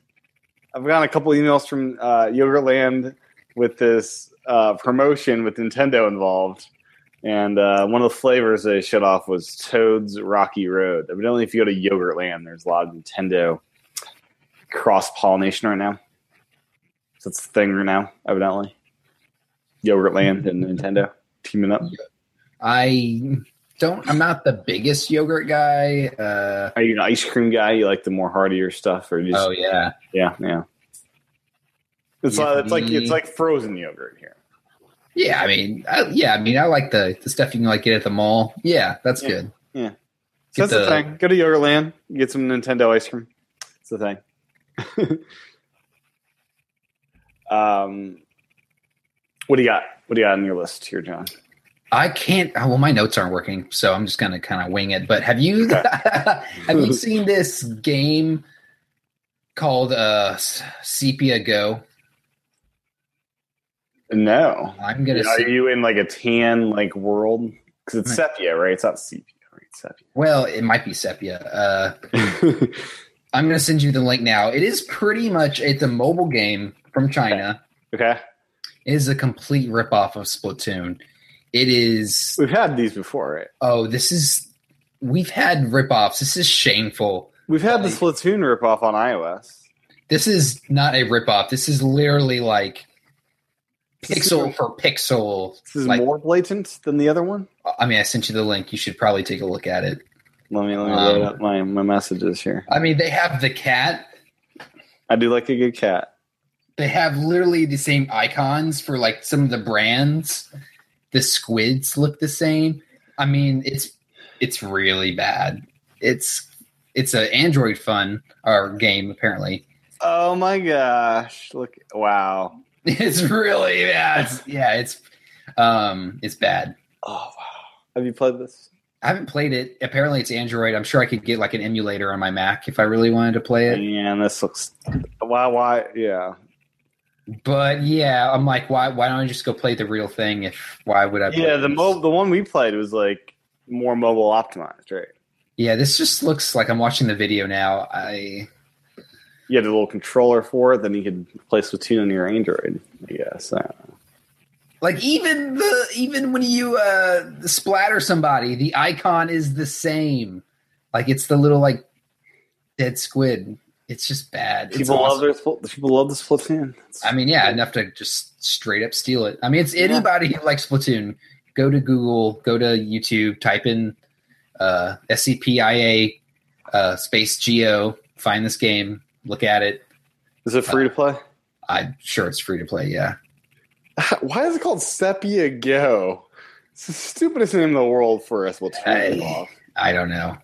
Speaker 2: I've gotten a couple emails from uh, Yogurtland with this uh, promotion with Nintendo involved. And uh, one of the flavors they shut off was Toad's Rocky Road. Evidently, if you go to Yogurtland, there's a lot of Nintendo cross pollination right now. So it's the thing right now, evidently. Yogurtland and Nintendo teaming up.
Speaker 3: I don't. I'm not the biggest yogurt guy. Uh,
Speaker 2: Are you an ice cream guy? You like the more heartier stuff, or just
Speaker 3: oh yeah,
Speaker 2: Yeah, yeah. It's
Speaker 3: Yeah,
Speaker 2: like it's like
Speaker 3: the-
Speaker 2: it's like frozen yogurt here.
Speaker 3: yeah. I mean, I, yeah. I mean, I like the the stuff you can like get at the mall. Yeah, that's
Speaker 2: Yeah.
Speaker 3: good.
Speaker 2: So
Speaker 3: Get
Speaker 2: that's the,
Speaker 3: the-
Speaker 2: thing. Go to Yogurtland, get some Nintendo ice cream. It's the thing. um, what do you got? What do you got on your list here, John?
Speaker 3: I can't. Oh, well, my notes aren't working, so I'm just gonna kind of wing it. But have you
Speaker 2: Okay.
Speaker 3: have you seen this game called uh, S- Sepia Go?
Speaker 2: No,
Speaker 3: I'm gonna.
Speaker 2: are
Speaker 3: say,
Speaker 2: you in like a tan like world? Because it's sepia, right? It's not sepia, right? It's
Speaker 3: well, it might be Sepia. Uh,
Speaker 2: sepia.
Speaker 3: I'm going to send you the link now. It is pretty much it's a mobile game from China.
Speaker 2: okay,
Speaker 3: It is a complete ripoff of Splatoon. It is
Speaker 2: we've had these before, right?
Speaker 3: oh, this is we've had ripoffs. This is shameful.
Speaker 2: We've had the Splatoon ripoff on iOS.
Speaker 3: This is not a ripoff. This is literally like
Speaker 2: This is-
Speaker 3: pixel for pixel.
Speaker 2: This is
Speaker 3: Like-
Speaker 2: more blatant than the other one.
Speaker 3: I mean, I sent you the link. You should probably take a look at it.
Speaker 2: Let me let me
Speaker 3: Um,
Speaker 2: load up my, my messages here.
Speaker 3: I mean, they have the cat.
Speaker 2: I do like a good cat.
Speaker 3: They have literally the same icons for like some of the brands. The squids look the same. I mean, it's it's really bad. It's it's a Android fun or game apparently.
Speaker 2: Oh my gosh! Look, wow.
Speaker 3: It's really bad. It's, yeah, it's um it's bad.
Speaker 2: Oh wow. Have you played this?
Speaker 3: I haven't played it. Apparently, it's Android. I'm sure I could get like an emulator on my Mac if I really wanted to play it.
Speaker 2: Man, this looks. Why? Why? Yeah.
Speaker 3: But yeah, I'm like, why? Why don't I just go play the real thing? If why would I? play
Speaker 2: Yeah. The
Speaker 3: this?
Speaker 2: mo- the one we played was like more mobile optimized, right?
Speaker 3: Yeah, this just looks like I'm watching the video now. I
Speaker 2: You had a little controller for it, then you could play Splatoon on your Android. I guess. Uh,
Speaker 3: like even the even when you uh splatter somebody, the icon is the same. Like it's the little like dead squid. It's just bad. It's
Speaker 2: People love
Speaker 3: awesome.
Speaker 2: their Spl- people love the Splatoon. It's-
Speaker 3: I mean, yeah, enough to just straight up steal it. I mean, it's anybody who likes Splatoon. Go to Google, go to YouTube, type in uh, SCPIA uh, space geo, find this game, look at it.
Speaker 2: is it free to play?
Speaker 3: I'm sure it's free to play. Yeah,
Speaker 2: Why is it called Sepia Go? It's the stupidest name in the world for a Splatoon.
Speaker 3: Hey.
Speaker 2: ripoff.
Speaker 3: I don't know,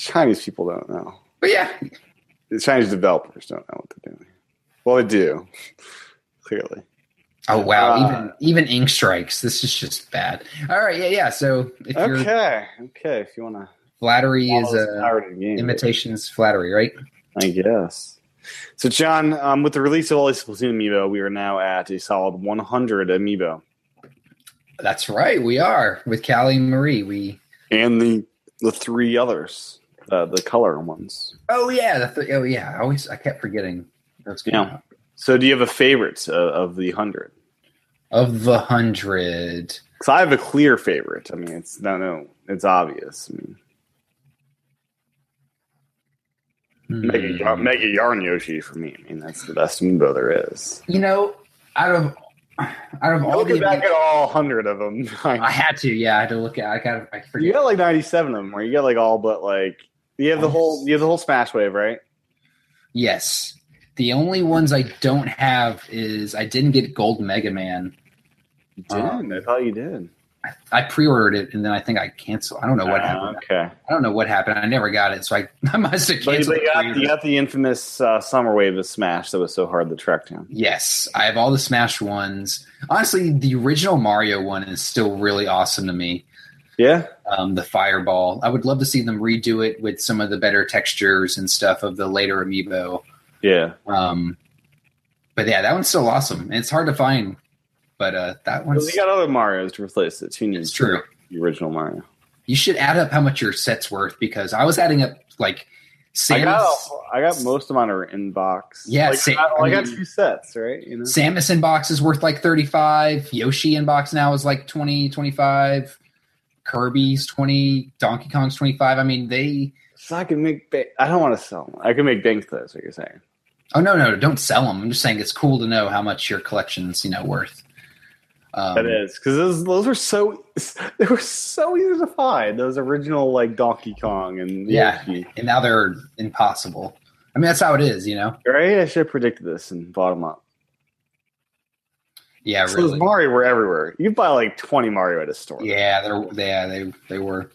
Speaker 2: Chinese people don't know.
Speaker 3: but yeah,
Speaker 2: The Chinese developers don't know what they're doing. Well, they do, clearly.
Speaker 3: Oh wow!
Speaker 2: Uh,
Speaker 3: even even ink strikes. This is just bad. All right, yeah, yeah. So if your
Speaker 2: Okay, okay. If you want to,
Speaker 3: flattery is a
Speaker 2: game,
Speaker 3: imitations flattery, right?
Speaker 2: I guess. So, John, um, with the release of all these Splatoon amiibo, we are now at a solid 100 amiibo,
Speaker 3: That's right. We are with Callie and Marie. We
Speaker 2: and the the three others the the color ones.
Speaker 3: Oh yeah, the th- oh yeah. I always I kept forgetting. That's good.
Speaker 2: Yeah. So, do you have a favorite uh, of the hundred?
Speaker 3: Of the hundred,
Speaker 2: Because I have a clear favorite. I mean, it's no, no, it's obvious. I mean, Mega,
Speaker 3: Hmm.
Speaker 2: Yar- Mega Yarn Yoshi for me. I mean, that's the best amiibo there is.
Speaker 3: you know, out of out of all the
Speaker 2: Looking back at all hundred of them,
Speaker 3: I had to, yeah, I had to look at. I got. I
Speaker 2: you
Speaker 3: forget.
Speaker 2: got like ninety-seven of them, where you got like all but like you have the whole you have the whole Smash Wave, right?
Speaker 3: Yes, the only ones I don't have is I didn't get Gold Mega Man.
Speaker 2: You
Speaker 3: Um,
Speaker 2: Oh, I thought you did.
Speaker 3: I, I pre-ordered it and then I think I canceled. I don't know what
Speaker 2: Ah,
Speaker 3: happened.
Speaker 2: Okay,
Speaker 3: I don't know what happened. I never got it, so I, I must have
Speaker 2: but you,
Speaker 3: canceled.
Speaker 2: but you got,
Speaker 3: pre-order.
Speaker 2: you got the infamous uh, Summer Wave of Smash that was so hard to track down.
Speaker 3: Yes, I have all the Smash ones. Honestly, the original Mario one is still really awesome to me.
Speaker 2: Yeah,
Speaker 3: Um, the Fireball. I would love to see them redo it with some of the better textures and stuff of the later amiibo.
Speaker 2: yeah.
Speaker 3: Um, but yeah, that one's still awesome. And it's hard to find, but uh, that
Speaker 2: Well,
Speaker 3: one's
Speaker 2: you got other Mario's to replace it. Who
Speaker 3: it's
Speaker 2: needs
Speaker 3: true.
Speaker 2: the original Mario?
Speaker 3: You should add up how much your set's worth because I was adding up like
Speaker 2: I got,
Speaker 3: Samus,
Speaker 2: I got most of mine are in box.
Speaker 3: Yeah,
Speaker 2: like,
Speaker 3: same.
Speaker 2: I, I got
Speaker 3: I mean-
Speaker 2: two sets, right? You know,
Speaker 3: Samus inbox is worth like 35. Yoshi inbox now is like 20, 25. Kirby's 20. Donkey Kong's 25. I mean, they.
Speaker 2: so I can make. Ba- I don't want to sell. 'em. I can make bank though. Is what you're saying?
Speaker 3: Oh, no, no, don't sell them. I'm just saying it's cool to know how much your collection's, you know, worth. Um,
Speaker 2: that is because those, those were so they were so easy to find. Those original like Donkey Kong and
Speaker 3: Yeah.
Speaker 2: Yoshi.
Speaker 3: And now they're impossible. I mean, that's how it is, you know?
Speaker 2: Right? I should have predicted this and bought them up.
Speaker 3: Yeah,
Speaker 2: So those
Speaker 3: really.
Speaker 2: Mario were everywhere. You could buy like 20 Mario at a store.
Speaker 3: Yeah, they're, yeah, they, they were.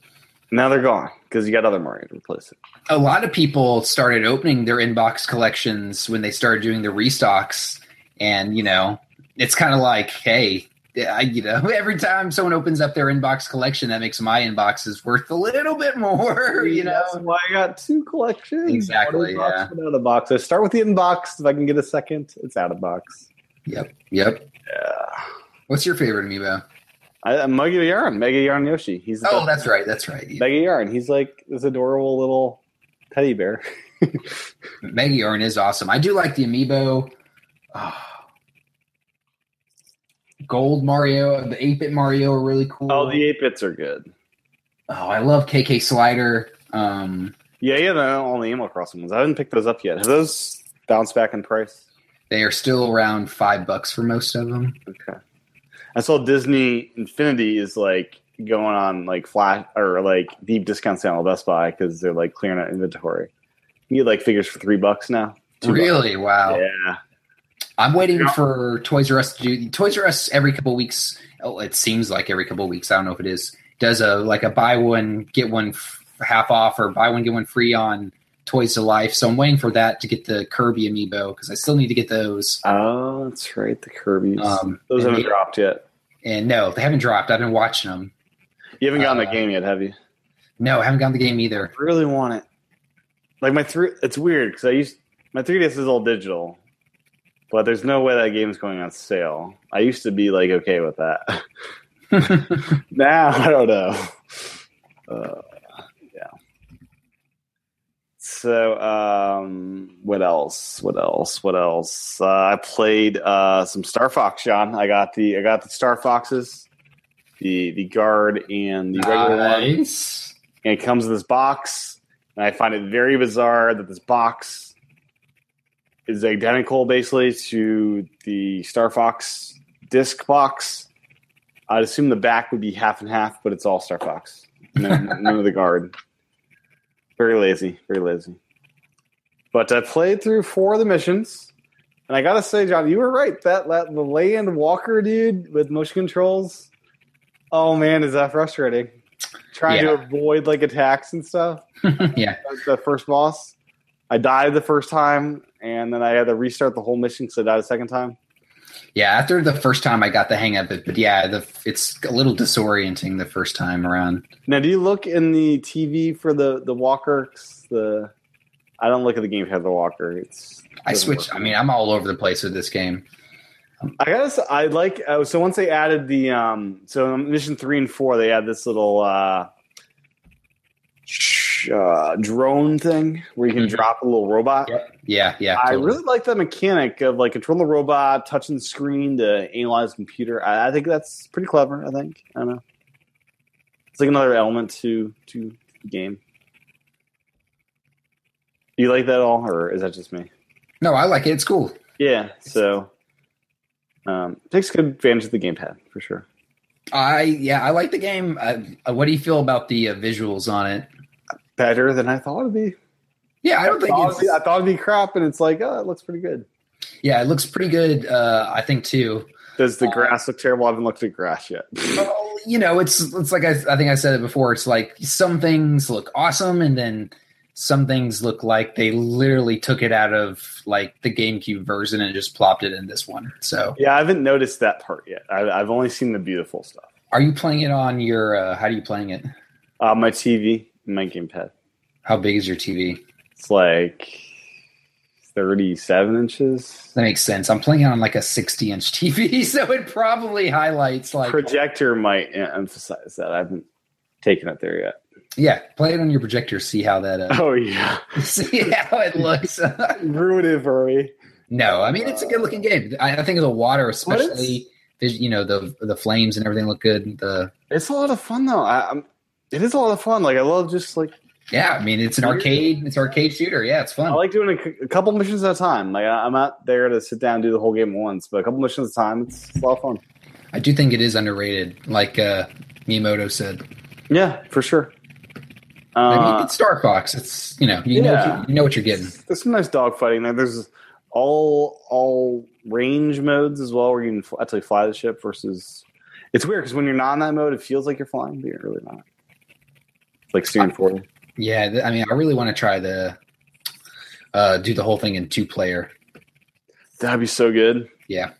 Speaker 2: Now they're gone because you got other Mario to replace it.
Speaker 3: a lot of people started opening their inbox collections when they started doing the restocks and you know it's kind of like hey I, you know every time someone opens up their inbox collection that makes my inboxes worth a little bit more you
Speaker 2: That's
Speaker 3: know
Speaker 2: why I got two collections.
Speaker 3: Exactly,
Speaker 2: One in box,
Speaker 3: yeah.
Speaker 2: one Out of box. I start with the inbox. If I can get a second, it's out of box.
Speaker 3: yep yep
Speaker 2: Yeah.
Speaker 3: what's your favorite amiibo
Speaker 2: I, I'm Mega Yarn, Mega Yarn Yoshi. He's the
Speaker 3: oh
Speaker 2: best.
Speaker 3: that's right that's right
Speaker 2: Mega Yarn. He's like this adorable little teddy bear.
Speaker 3: mega yarn is awesome i do like the amiibo Ah. gold mario the 8-bit mario are really cool
Speaker 2: Oh, the eight bits are good.
Speaker 3: oh i love kk slider um
Speaker 2: Yeah, yeah, the only Animal Crossing ones. I haven't picked those up yet. Have those bounced back in price?
Speaker 3: They are still around five bucks for most of them.
Speaker 2: Okay. I saw Disney Infinity is like going on like flat or like deep discount sale at Best Buy because they're like clearing out inventory. You get like figures for three bucks now. Two bucks.
Speaker 3: Really? Wow.
Speaker 2: Yeah.
Speaker 3: I'm waiting
Speaker 2: Yeah.
Speaker 3: for Toys R Us to do Toys R Us every couple weeks. Oh, it seems like every couple weeks. I don't know if it is. Does a like a buy one get one f- half off or buy one get one free on Toys to Life. So I'm waiting for that to get the Kirby amiibo because I still need to get those.
Speaker 2: Oh, that's right. The Kirby's.
Speaker 3: Um,
Speaker 2: those
Speaker 3: and,
Speaker 2: haven't
Speaker 3: they-
Speaker 2: dropped yet.
Speaker 3: and no, they haven't dropped. I've been watching them.
Speaker 2: You haven't gotten
Speaker 3: uh,
Speaker 2: the game yet, have you?
Speaker 3: No, I haven't gotten the game either.
Speaker 2: I really want it. Like my three, it's weird because I used my 3ds is all digital, but there's no way that game's going on sale. I used to be like okay with that. now I don't know. Uh, yeah. So um, what else? What else? What else? Uh, I played uh, some Star Fox, John. I got the I got the Star Foxes, the the guard and the regular one
Speaker 3: Nice.
Speaker 2: and it comes in this box. And I find it very bizarre that this box is identical basically to the Star Fox disc box. I'd assume the back would be half and half, but it's all Star Fox. No, none of the guard. Very lazy, very lazy. But I played through four of the missions. And I gotta say, John, you were right. That, that the land walker dude with motion controls. Oh man, is that frustrating? Trying to avoid like attacks and stuff.
Speaker 3: yeah.
Speaker 2: That's the first boss. I died the first time, and then I had to restart the whole mission because I died a second time.
Speaker 3: Yeah, after the first time I got the hang of it, but yeah, the it's a little disorienting the first time around.
Speaker 2: Now, do you look in the TV for the the walker? 'Cause The I don't look at the game for the walker. It's
Speaker 3: I
Speaker 2: doesn't
Speaker 3: switched.
Speaker 2: work.
Speaker 3: I mean, I'm all over the place with this game.
Speaker 2: I gotta. s- I like. Uh, so once they added the um, so in mission three and four, they had this little uh, Switch uh, drone thing where you can
Speaker 3: Mhm.
Speaker 2: drop a little robot.
Speaker 3: Yeah, yeah.
Speaker 2: I
Speaker 3: totally.
Speaker 2: really like that mechanic of like control the robot, touching the screen to analyze computer. I, I think that's pretty clever. I think I don't know. It's like another element to to the game. Do you like that at all, or is that just me?
Speaker 3: No, I like it. It's cool.
Speaker 2: Yeah. So um, takes good advantage of the gamepad for sure.
Speaker 3: I yeah, I like the game. Uh, uh, what do you feel about the uh, visuals on it?
Speaker 2: Better than I thought it'd be.
Speaker 3: Yeah, I don't think
Speaker 2: thought it'd be- I
Speaker 3: it's.
Speaker 2: thought it'd be crap, and it's like, oh, it looks pretty good.
Speaker 3: Yeah, it looks pretty good. Uh, I think too.
Speaker 2: Does the
Speaker 3: Uh,
Speaker 2: grass look terrible? I haven't looked at grass yet.
Speaker 3: Well, you know, it's it's like I, I think I said it before. It's like some things look awesome, and then some things look like they literally took it out of like the GameCube version and just plopped it in this one. So,
Speaker 2: yeah, I haven't noticed that part yet. I, I've only seen the beautiful stuff.
Speaker 3: are you playing it on your? Uh, how are you playing it?
Speaker 2: Uh, my TV and my gamepad.
Speaker 3: How big is your TV?
Speaker 2: It's like 37 inches.
Speaker 3: That makes sense. I'm playing it on like a 60 inch TV, so it probably highlights like
Speaker 2: Projector might e-, emphasize that. I haven't taken it there yet.
Speaker 3: yeah. Play it on your projector, see how that uh,
Speaker 2: Oh, yeah.
Speaker 3: see how it looks.
Speaker 2: Ruin it for me.
Speaker 3: no, I mean it's a good looking game. I, I think the water, especially vis- you know the the flames and everything look good. The
Speaker 2: It's a lot of fun, though. I, I'm, it is a lot of fun. Like, I love just like,
Speaker 3: yeah, I mean it's an arcade, it's arcade shooter. Yeah, it's
Speaker 2: I
Speaker 3: fun.
Speaker 2: like doing a, c- a couple missions at a time. Like, I, I'm not there to sit down and do the whole game at once, but a couple missions at a time, it's, it's a lot of fun.
Speaker 3: I do think it is underrated, like uh, Miyamoto said.
Speaker 2: Yeah, for sure.
Speaker 3: I mean,
Speaker 2: Uh,
Speaker 3: it's Star Fox. It's you know you know what
Speaker 2: Yeah.
Speaker 3: you, you know what you're getting.
Speaker 2: there's some nice dogfighting there. There's all all range modes as well, where you can fl- actually fly the ship versus. It's weird because when you're not in that mode, it feels like you're flying, but you're really not. It's like steering forward.
Speaker 3: Yeah, th- I mean, I really want to try the uh, do the whole thing in two player.
Speaker 2: That'd be so good.
Speaker 3: Yeah.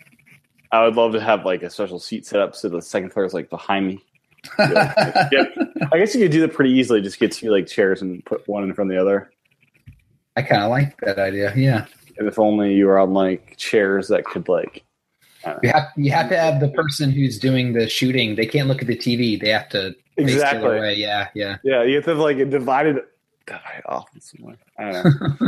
Speaker 2: I would love to have like a special seat set up so the second player is like behind me.
Speaker 3: yeah,
Speaker 2: Yep. I guess you could do that pretty easily. Just get two like chairs and put one in front of the other.
Speaker 3: I kind of like that idea. Yeah,
Speaker 2: And if only you were on like chairs that could like.
Speaker 3: you have you have to have the person who's doing the shooting. They can't look at the TV. They have to face the other
Speaker 2: Exactly.
Speaker 3: way. Yeah, yeah.
Speaker 2: Yeah, you have to have like a divided, divided off in some way. I don't know.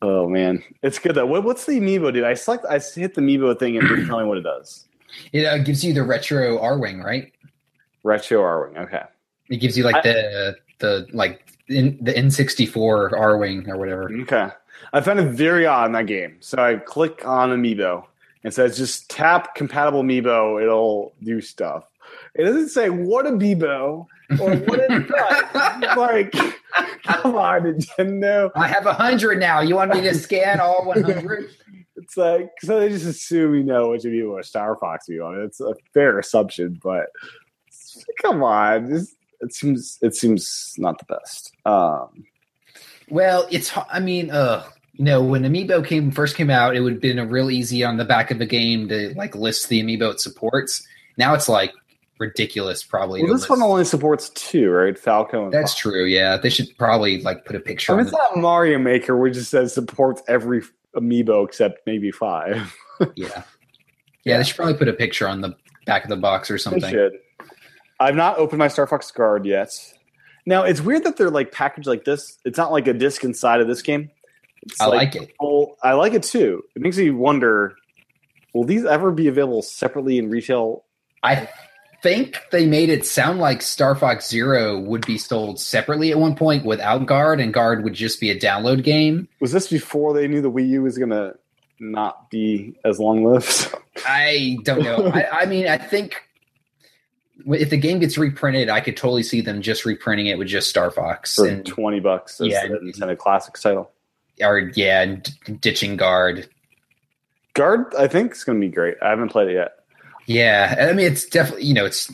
Speaker 2: oh man, it's good though. What, what's the amiibo do? I select, I hit the amiibo thing and it didn't tell me what it does.
Speaker 3: It uh, gives you the retro R wing, right?
Speaker 2: Retro R wing. Okay.
Speaker 3: It gives you like
Speaker 2: I-
Speaker 3: the the like in, the N sixty four R wing or whatever.
Speaker 2: Okay. I found it very odd in that game. So I click on amiibo and it says just tap compatible amiibo. It'll do stuff. It doesn't say what amiibo or what it does. like, come on, Nintendo.
Speaker 3: I have a hundred now. You want me to scan all one hundred?
Speaker 2: It's like so they just assume you know what you mean with Star Fox you on. It's a fair assumption, but come on, this- it seems it seems not the best. Um,
Speaker 3: Well, it's h- I mean, uh, you know, when Amiibo came first came out, it would have been a real easy on the back of the game to like list the Amiibo it supports. Now it's like ridiculous, probably.
Speaker 2: well,
Speaker 3: to
Speaker 2: this one
Speaker 3: list.
Speaker 2: only supports two, right? Falco and
Speaker 3: That's
Speaker 2: Fox.
Speaker 3: true. Yeah, they should probably like put a picture.
Speaker 2: I mean,
Speaker 3: on
Speaker 2: it's
Speaker 3: it.
Speaker 2: not Mario Maker, which just says supports every amiibo except maybe five.
Speaker 3: yeah. yeah, They should probably put a picture on the back of the box or
Speaker 2: They
Speaker 3: something.
Speaker 2: should. I've not opened my Star Fox Guard yet. Now it's weird that they're like packaged like this. It's not like a disc inside of this game. It's
Speaker 3: I like it.
Speaker 2: Well, I like it too. It makes me wonder: Will these ever be available separately in retail?
Speaker 3: I think they made it sound like Star Fox Zero would be sold separately at one point without Guard, and Guard would just be a download game.
Speaker 2: Was this before they knew the Wii U was gonna not be as long lived?
Speaker 3: I don't know. I, I mean, I think if the game gets reprinted, I could totally see them just reprinting it with just Star Fox
Speaker 2: For
Speaker 3: and
Speaker 2: twenty bucks, as
Speaker 3: Yeah.
Speaker 2: the Nintendo Classics title.
Speaker 3: or yeah, and ditching guard.
Speaker 2: Guard, I think, is gonna be great. I haven't played it yet.
Speaker 3: Yeah, I mean, it's definitely you know, it's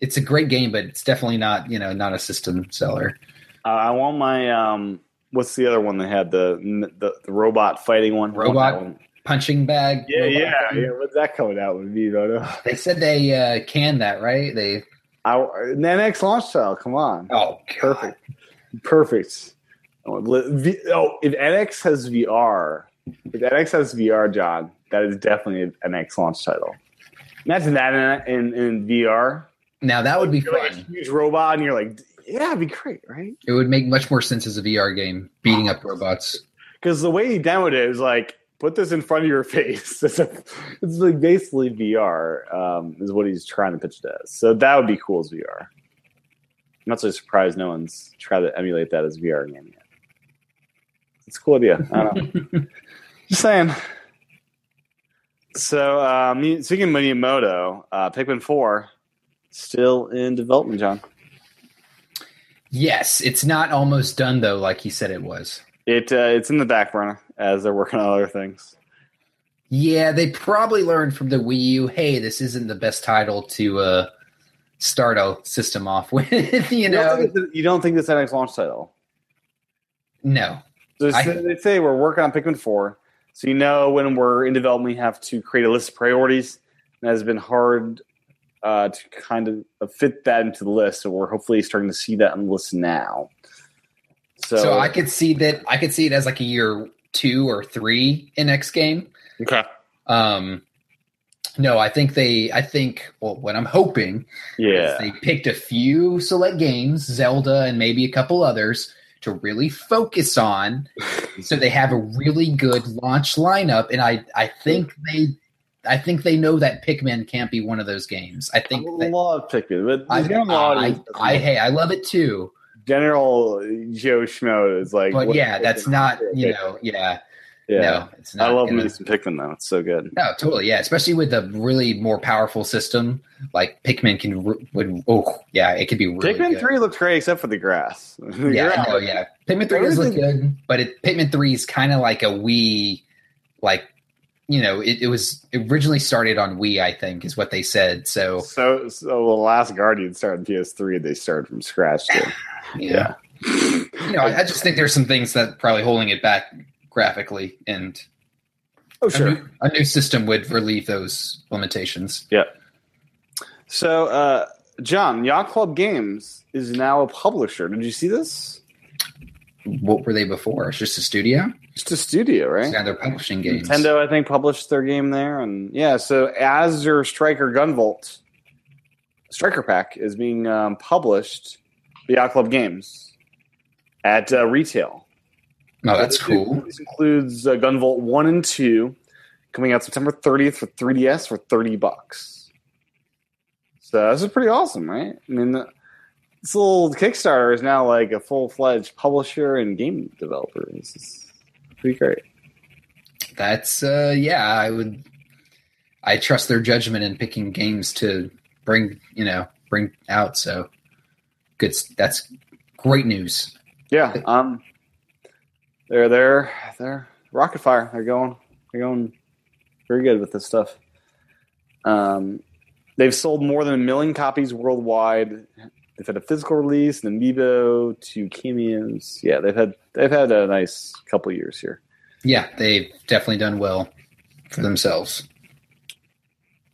Speaker 3: it's a great game, but it's definitely not you know not a system seller.
Speaker 2: Uh, I want my um. What's the other one they had the the, the robot fighting one? I want
Speaker 3: Robot
Speaker 2: that one.
Speaker 3: Punching bag.
Speaker 2: Yeah,
Speaker 3: robot
Speaker 2: yeah,
Speaker 3: thing.
Speaker 2: yeah. What's that coming out with me, Roto?
Speaker 3: They said they uh, can that right? They
Speaker 2: I NX launch title. Come on.
Speaker 3: oh God.
Speaker 2: Perfect. Perfect. Oh, li- V- oh, if NX has VR, if NX has VR, John, that is definitely an NX launch title. Imagine that in, in, in VR.
Speaker 3: Now that would be
Speaker 2: You're like a
Speaker 3: fun.
Speaker 2: huge robot, and you're like, Yeah, it'd be great, right?
Speaker 3: It would make much more sense as a VR game, beating up robots.
Speaker 2: Because the way he demoed it is like, put this in front of your face. it's like basically VR um, is what he's trying to pitch it as. So that would be cool as VR. I'm not so surprised no one's tried to emulate that as VR game yet. It's a cool idea. I don't know. Just saying. So um, speaking of Miyamoto, uh, Pikmin Four still in development, John.
Speaker 3: Yes, it's not almost done though, like he said it was.
Speaker 2: It uh, it's in the back burner as they're working on other things.
Speaker 3: Yeah, they probably learned from the Wii U. Hey, this isn't the best title to uh, start a system off with. you
Speaker 2: You
Speaker 3: know,
Speaker 2: don't think, this- you don't think this is the next launch title?
Speaker 3: no.
Speaker 2: So they
Speaker 3: I-
Speaker 2: say- they say we're working on Pikmin Four, so you know when we're in development, you have to create a list of priorities, and has been hard uh, to kind of fit that into the list. So we're hopefully starting to see that on the list now. So,
Speaker 3: So, I could see that. I could see it as like a year two or three in X game.
Speaker 2: okay,
Speaker 3: Um, no, I think they. I think. Well, what I'm hoping
Speaker 2: yeah,
Speaker 3: They picked a few select games, Zelda and maybe a couple others, to really focus on. so they have a really good launch lineup, and I, I think they, I think they know that Pikmin can't be one of those games. I
Speaker 2: I
Speaker 3: think that,
Speaker 2: love Pikmin, but
Speaker 3: I,
Speaker 2: the general
Speaker 3: I,
Speaker 2: audience-
Speaker 3: I, hey, I love it too.
Speaker 2: general Joe Schmo is like,
Speaker 3: But
Speaker 2: what-
Speaker 3: yeah, that's not you
Speaker 2: Okay.
Speaker 3: know, yeah,
Speaker 2: yeah.
Speaker 3: no, it's not.
Speaker 2: I love
Speaker 3: gonna-
Speaker 2: me some Pikmin though; it's so good.
Speaker 3: No, totally. Yeah, especially with a really more powerful system like Pikmin can. re- Would, oh, yeah, it could be really
Speaker 2: Pikmin
Speaker 3: good.
Speaker 2: three looked great except for the grass. The
Speaker 3: yeah,
Speaker 2: grass-
Speaker 3: no, yeah. Pikmin three does look good, but it, Pikmin three is kind of like a Wii, like you know, it, it was it originally started on Wii, I think, is what they said. So
Speaker 2: So, so the last Guardian started on PS3. They started from scratch too.
Speaker 3: yeah, you know, I, I just think there's some things that probably holding it back graphically, and
Speaker 2: Oh
Speaker 3: a, new, a new system would relieve those limitations.
Speaker 2: So, uh, John, Yacht Club Games is now a publisher. Did you see this?
Speaker 3: What were they before? It's just a studio.
Speaker 2: Just a studio,
Speaker 3: It's
Speaker 2: right?
Speaker 3: now they're publishing games.
Speaker 2: Nintendo, I think, published their game there, and yeah. So, Azure Striker Gunvolt Striker Pack is being um, published by Yacht Club Games at uh, retail.
Speaker 3: Oh, that's
Speaker 2: This-
Speaker 3: cool.
Speaker 2: This includes uh, Gunvolt one and two, coming out September 30th for 3DS for 30 bucks. So this is pretty awesome, right? I mean, the- this little Kickstarter is now like a full fledged publisher and game developer. This is pretty great.
Speaker 3: That's uh, yeah. I would. I trust their judgment in picking games to bring you know bring out. So good. s- That's great news.
Speaker 2: Yeah, um, they're they're they're rocket fire. They're going they're going very good with this stuff. Um, they've sold more than a million copies worldwide. They've had a physical release, an amiibo, two cameos. Yeah, they've had they've had a nice couple years here.
Speaker 3: Yeah, they've definitely done well for themselves.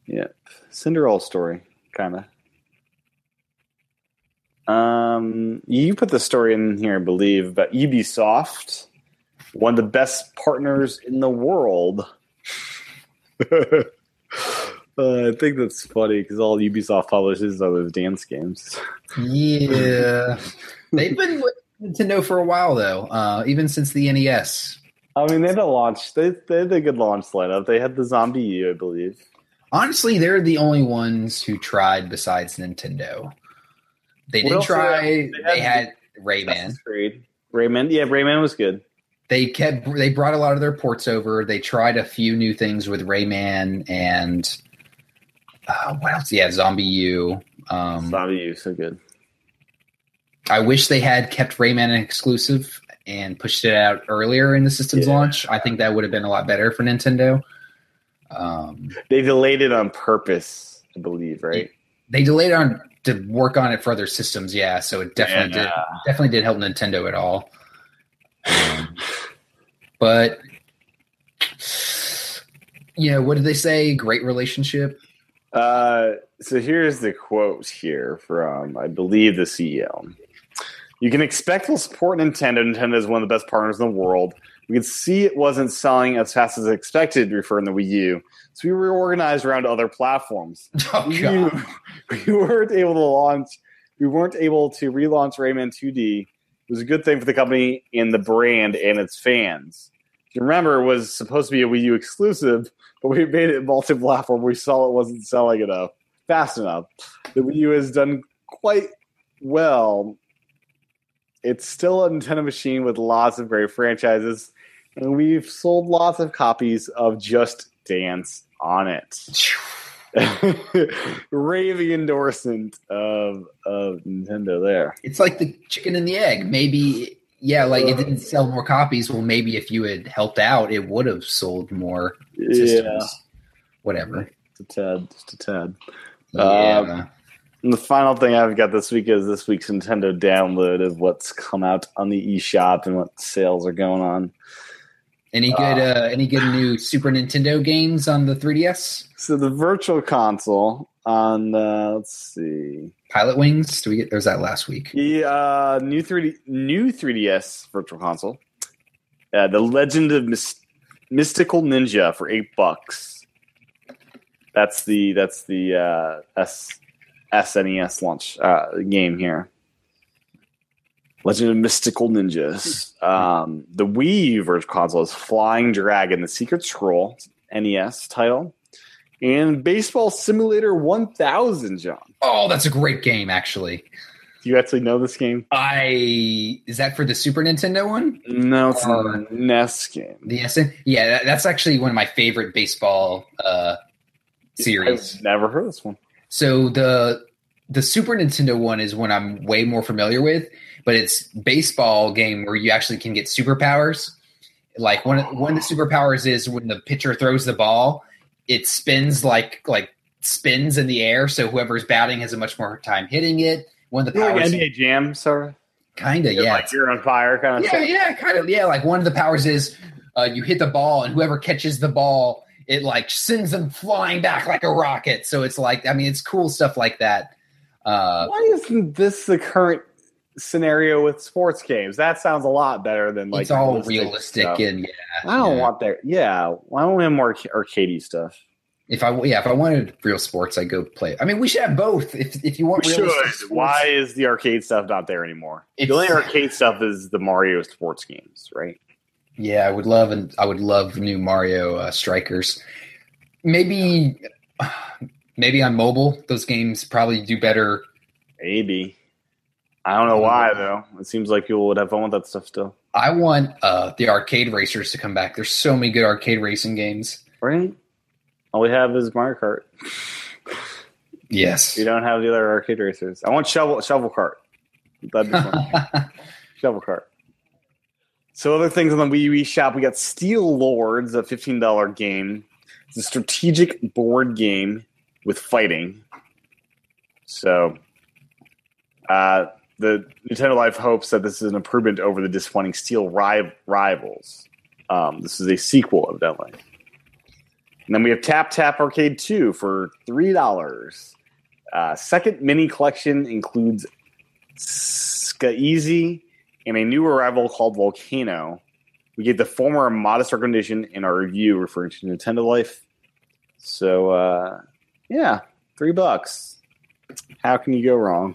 Speaker 2: Yeah, Cinderella story kind of. Um, you put the story in here, I believe, about Ubisoft, one of the best partners in the world. uh, I think that's funny because all Ubisoft publishes are those dance games.
Speaker 3: Yeah, they've been with Nintendo for a while though, uh, even since the NES.
Speaker 2: I mean, they had a launch. They, they had a good launch lineup. They had the Zombie U, I believe.
Speaker 3: Honestly, they're the only ones who tried besides Nintendo. They
Speaker 2: What
Speaker 3: did
Speaker 2: else did
Speaker 3: try.
Speaker 2: they
Speaker 3: They
Speaker 2: have? They
Speaker 3: had,
Speaker 2: had- E
Speaker 3: Rayman.
Speaker 2: Assassin's Creed. Rayman. Yeah, Rayman was good.
Speaker 3: they kept they brought a lot of their ports over. They tried a few new things with Rayman and uh, what else? Yeah, Zombie U. Um,
Speaker 2: Zombie U, so good.
Speaker 3: I wish they had kept Rayman an exclusive and pushed it out earlier in the system's
Speaker 2: Yeah.
Speaker 3: launch. I think that would have been a lot better for Nintendo. Um,
Speaker 2: They delayed it on purpose, I believe, right?
Speaker 3: they delayed on to work on it for other systems, yeah. So it definitely did
Speaker 2: Yeah.
Speaker 3: definitely did help Nintendo at all. Um, but you know, what did they say? Great relationship.
Speaker 2: Uh, so here's the quote here from, I believe, the CEO. You can expect we'll support Nintendo. Nintendo is one of the best partners in the world. We could see it wasn't selling as fast as expected, referring to Wii U. So we reorganized around other platforms.
Speaker 3: Oh
Speaker 2: Wii
Speaker 3: god.
Speaker 2: U- we weren't able to launch we weren't able to relaunch Rayman 2D. It was a good thing for the company and the brand and its fans. If you remember, it was supposed to be a Wii U exclusive, but we made it multi-platform. We saw it wasn't selling enough, fast enough. The Wii U has done quite well. It's still a Nintendo machine with lots of great franchises, and we've sold lots of copies of Just Dance on it. raving endorsement of of Nintendo there.
Speaker 3: It's like the chicken and the egg. Maybe yeah, like it didn't sell more copies. Well, maybe if you had helped out, it would have sold more systems.
Speaker 2: Yeah,
Speaker 3: Whatever.
Speaker 2: just a tad, just a tad.
Speaker 3: Yeah.
Speaker 2: Um, And the final thing I've got this week is this week's Nintendo download of what's come out on the eShop and what sales are going on.
Speaker 3: any good? Uh, any good new Super Nintendo games on the 3DS?
Speaker 2: So the Virtual Console on uh, let's see,
Speaker 3: Pilot Wings? Do we get? Or was that last week?
Speaker 2: the uh, new three D new 3DS Virtual Console, uh, the Legend of Mys- Mystical Ninja for eight bucks. That's the that's the uh, S SNES launch uh, game here. Legend of Mystical Ninjas. Um, the Wii U Virtual Console is Flying Dragon, the Secret Scroll NES title, and Baseball Simulator 1000. John,
Speaker 3: Oh, that's a great game, actually.
Speaker 2: do you actually know this game?
Speaker 3: I is that for the Super Nintendo one?
Speaker 2: No, it's
Speaker 3: Or-
Speaker 2: a NES game.
Speaker 3: Uh, The SN? Yeah, that, that's actually one of my favorite baseball uh, series.
Speaker 2: I've never heard of this one.
Speaker 3: So the the Super Nintendo one is one I'm way more familiar with, but it's baseball game where you actually can get superpowers. Like one of- one of the superpowers is when the pitcher throws the ball, it spins like like spins in the air, so whoever's batting has a much more time hitting it. One of the
Speaker 2: Like
Speaker 3: powers,
Speaker 2: NBA Jam, sorry.
Speaker 3: kind of, yeah,
Speaker 2: like you're on fire kind of
Speaker 3: yeah,
Speaker 2: thing.
Speaker 3: yeah, kind of. Yeah, like one of the powers is uh, you hit the ball, and whoever catches the ball, it like sends them flying back like a rocket. So it's like, I mean, it's cool stuff like that. Uh,
Speaker 2: Why isn't this the current scenario with sports games? That sounds a lot better than like
Speaker 3: it's all
Speaker 2: realistic
Speaker 3: realistic,
Speaker 2: stuff.
Speaker 3: and yeah,
Speaker 2: I don't
Speaker 3: yeah.
Speaker 2: want their yeah. Why don't we have more arc- arcadey stuff?
Speaker 3: If I yeah, if I wanted real sports, I'd go play. I mean, we should have both. If if you want, realistic sports-
Speaker 2: Oh, Why is the arcade stuff not there anymore?
Speaker 3: It's-
Speaker 2: the only arcade stuff is the Mario sports games, right?
Speaker 3: Yeah, I would love and I would love new Mario uh, Strikers. Maybe, maybe on mobile, those games probably do better.
Speaker 2: Maybe. I don't know why though. It seems like people would have fun with that stuff still,
Speaker 3: I want uh, the arcade racers to come back. There's so many good arcade racing games.
Speaker 2: right? All we have is Mario Kart.
Speaker 3: Yes.
Speaker 2: We don't have the other arcade racers. I want shovel shovel cart. That'd be fun. shovel cart. So other things on the Wii U shop, we got Steel Lords, a fifteen dollar game. It's a strategic board game with fighting. So uh, the Nintendo Life hopes that this is an improvement over the disappointing Steel Ri- Rivals. Um, this is a sequel, evidently. And then we have Tap Tap Arcade 2 for three dollars. Uh, second mini collection includes Skaezy and a new arrival called Volcano. We gave the former a modest recommendation in our review referring to Nintendo Life. So, uh, yeah, three bucks. How can you go wrong?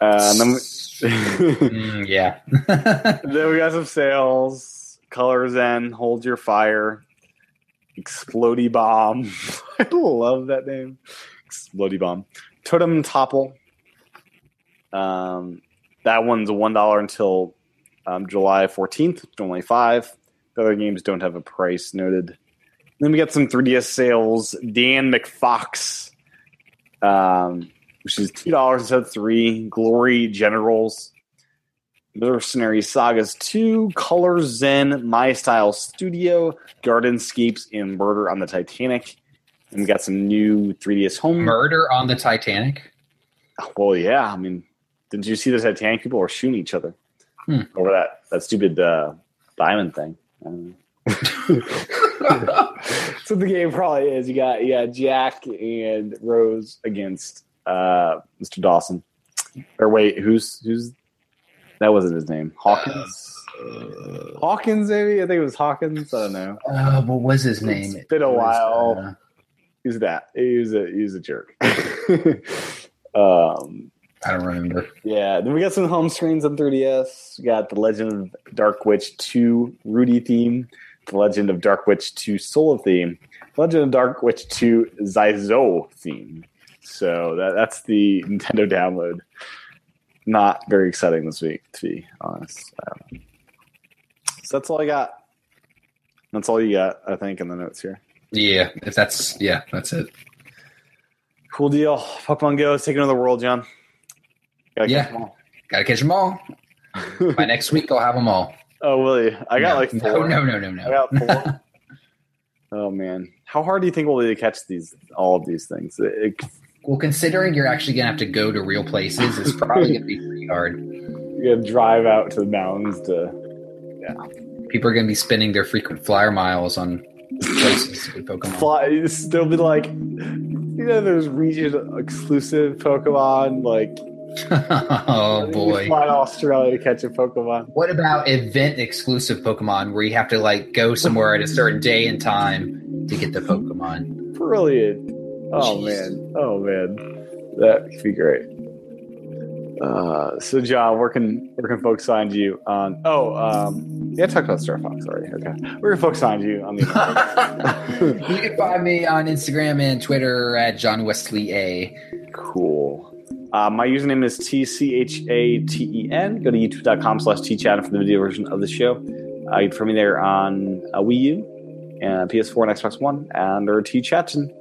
Speaker 2: Uh, and then, we,
Speaker 3: Mm, yeah.
Speaker 2: then we got some sales. Colors Zen, Hold Your Fire, Explody Bomb. I love that name. Explody Bomb. Totem Topple. Um, that one's one dollar until um, July fourteenth, only five. The other games don't have a price noted. Then we got some 3DS sales. Dan McFox, um, which is two dollars instead of three. Glory Generals, Mercenary Sagas two, Color Zen, My Style Studio, Gardenscapes, and Murder on the Titanic. And we got some new 3DS home.
Speaker 3: Murder on the Titanic.
Speaker 2: Well, yeah. I mean, did you see the Titanic? People were shooting each other
Speaker 3: Hmm.
Speaker 2: over that that stupid uh, diamond thing. I don't know.
Speaker 3: Uh,
Speaker 2: so the game probably is you got you got Jack and Rose against uh, Mr. Dawson. Or wait, who's who's that wasn't his name? Hawkins. Hawkins, maybe I think it was Hawkins. I don't know.
Speaker 3: Uh, what was his name?
Speaker 2: It's been a
Speaker 3: It was,
Speaker 2: while.
Speaker 3: uh,
Speaker 2: He's that. He's a he's a jerk. Um,
Speaker 3: I don't remember.
Speaker 2: yeah, then we got some home screens on 3DS. We got The Legend of Dark Witch 2 Rudy theme, The Legend of Dark Witch 2 Solo theme, The Legend of Dark Witch 2 Zaizo theme. So that, that's the Nintendo download. Not very exciting this week, to be honest. Um, so that's all I got. That's all you got, I think, in the notes here.
Speaker 3: Yeah, if that's yeah, that's it.
Speaker 2: Cool deal. Pokemon Go is taking over the world, John. Gotta
Speaker 3: Yeah.
Speaker 2: catch 'em all.
Speaker 3: Gotta catch them all. By next week, I'll have them all.
Speaker 2: oh, Willie, I got
Speaker 3: no,
Speaker 2: like four.
Speaker 3: No, no, no, no,
Speaker 2: I
Speaker 3: no.
Speaker 2: got four. oh man, how hard do you think we'll be to catch these? All of these things. It- it-
Speaker 3: Well, considering you're actually gonna have to go to real places, it's probably gonna be pretty hard.
Speaker 2: you gotta drive out to the mountains to.
Speaker 3: People are gonna be spending their frequent flyer miles on places with Pokemon.
Speaker 2: fly. it's- They'll be like, you know, those region exclusive Pokemon. Like,
Speaker 3: oh
Speaker 2: you
Speaker 3: boy.
Speaker 2: fly to Australia to catch a Pokemon.
Speaker 3: What about event exclusive Pokemon where you have to like go somewhere at a certain day and time to get the Pokemon?
Speaker 2: Brilliant. Oh
Speaker 3: Jeez.
Speaker 2: man. Oh man. That would be great. Uh, so John, where can where can folks find you on? Oh, um, yeah, I talked about Star Fox already. Okay, where can folks find you on the?
Speaker 3: you can find me on Instagram and Twitter at John Wesley A.
Speaker 2: Cool. Uh, my username is T-C-H-A-T-E-N. E Go to youtube.com slash tchat for the video version of the show. Uh, you can find me there on uh, Wii U, and PS4 and Xbox One, and or tchatting.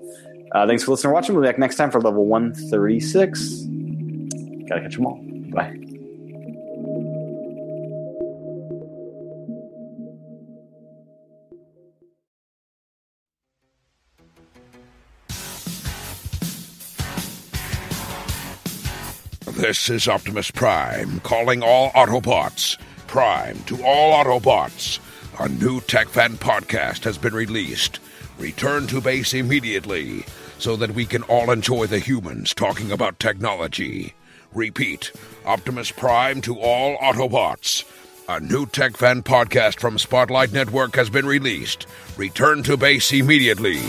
Speaker 2: Uh, thanks for listening or watching. We'll be back next time for level 136. Gotta catch them all. Bye.
Speaker 4: This is Optimus Prime calling all Autobots. Prime to all Autobots. A new TechFan podcast has been released. Return to base immediately so that we can all enjoy the humans talking about technology. Repeat Optimus Prime to all Autobots. A new TechFan podcast from Spotlight Network has been released. Return to base immediately.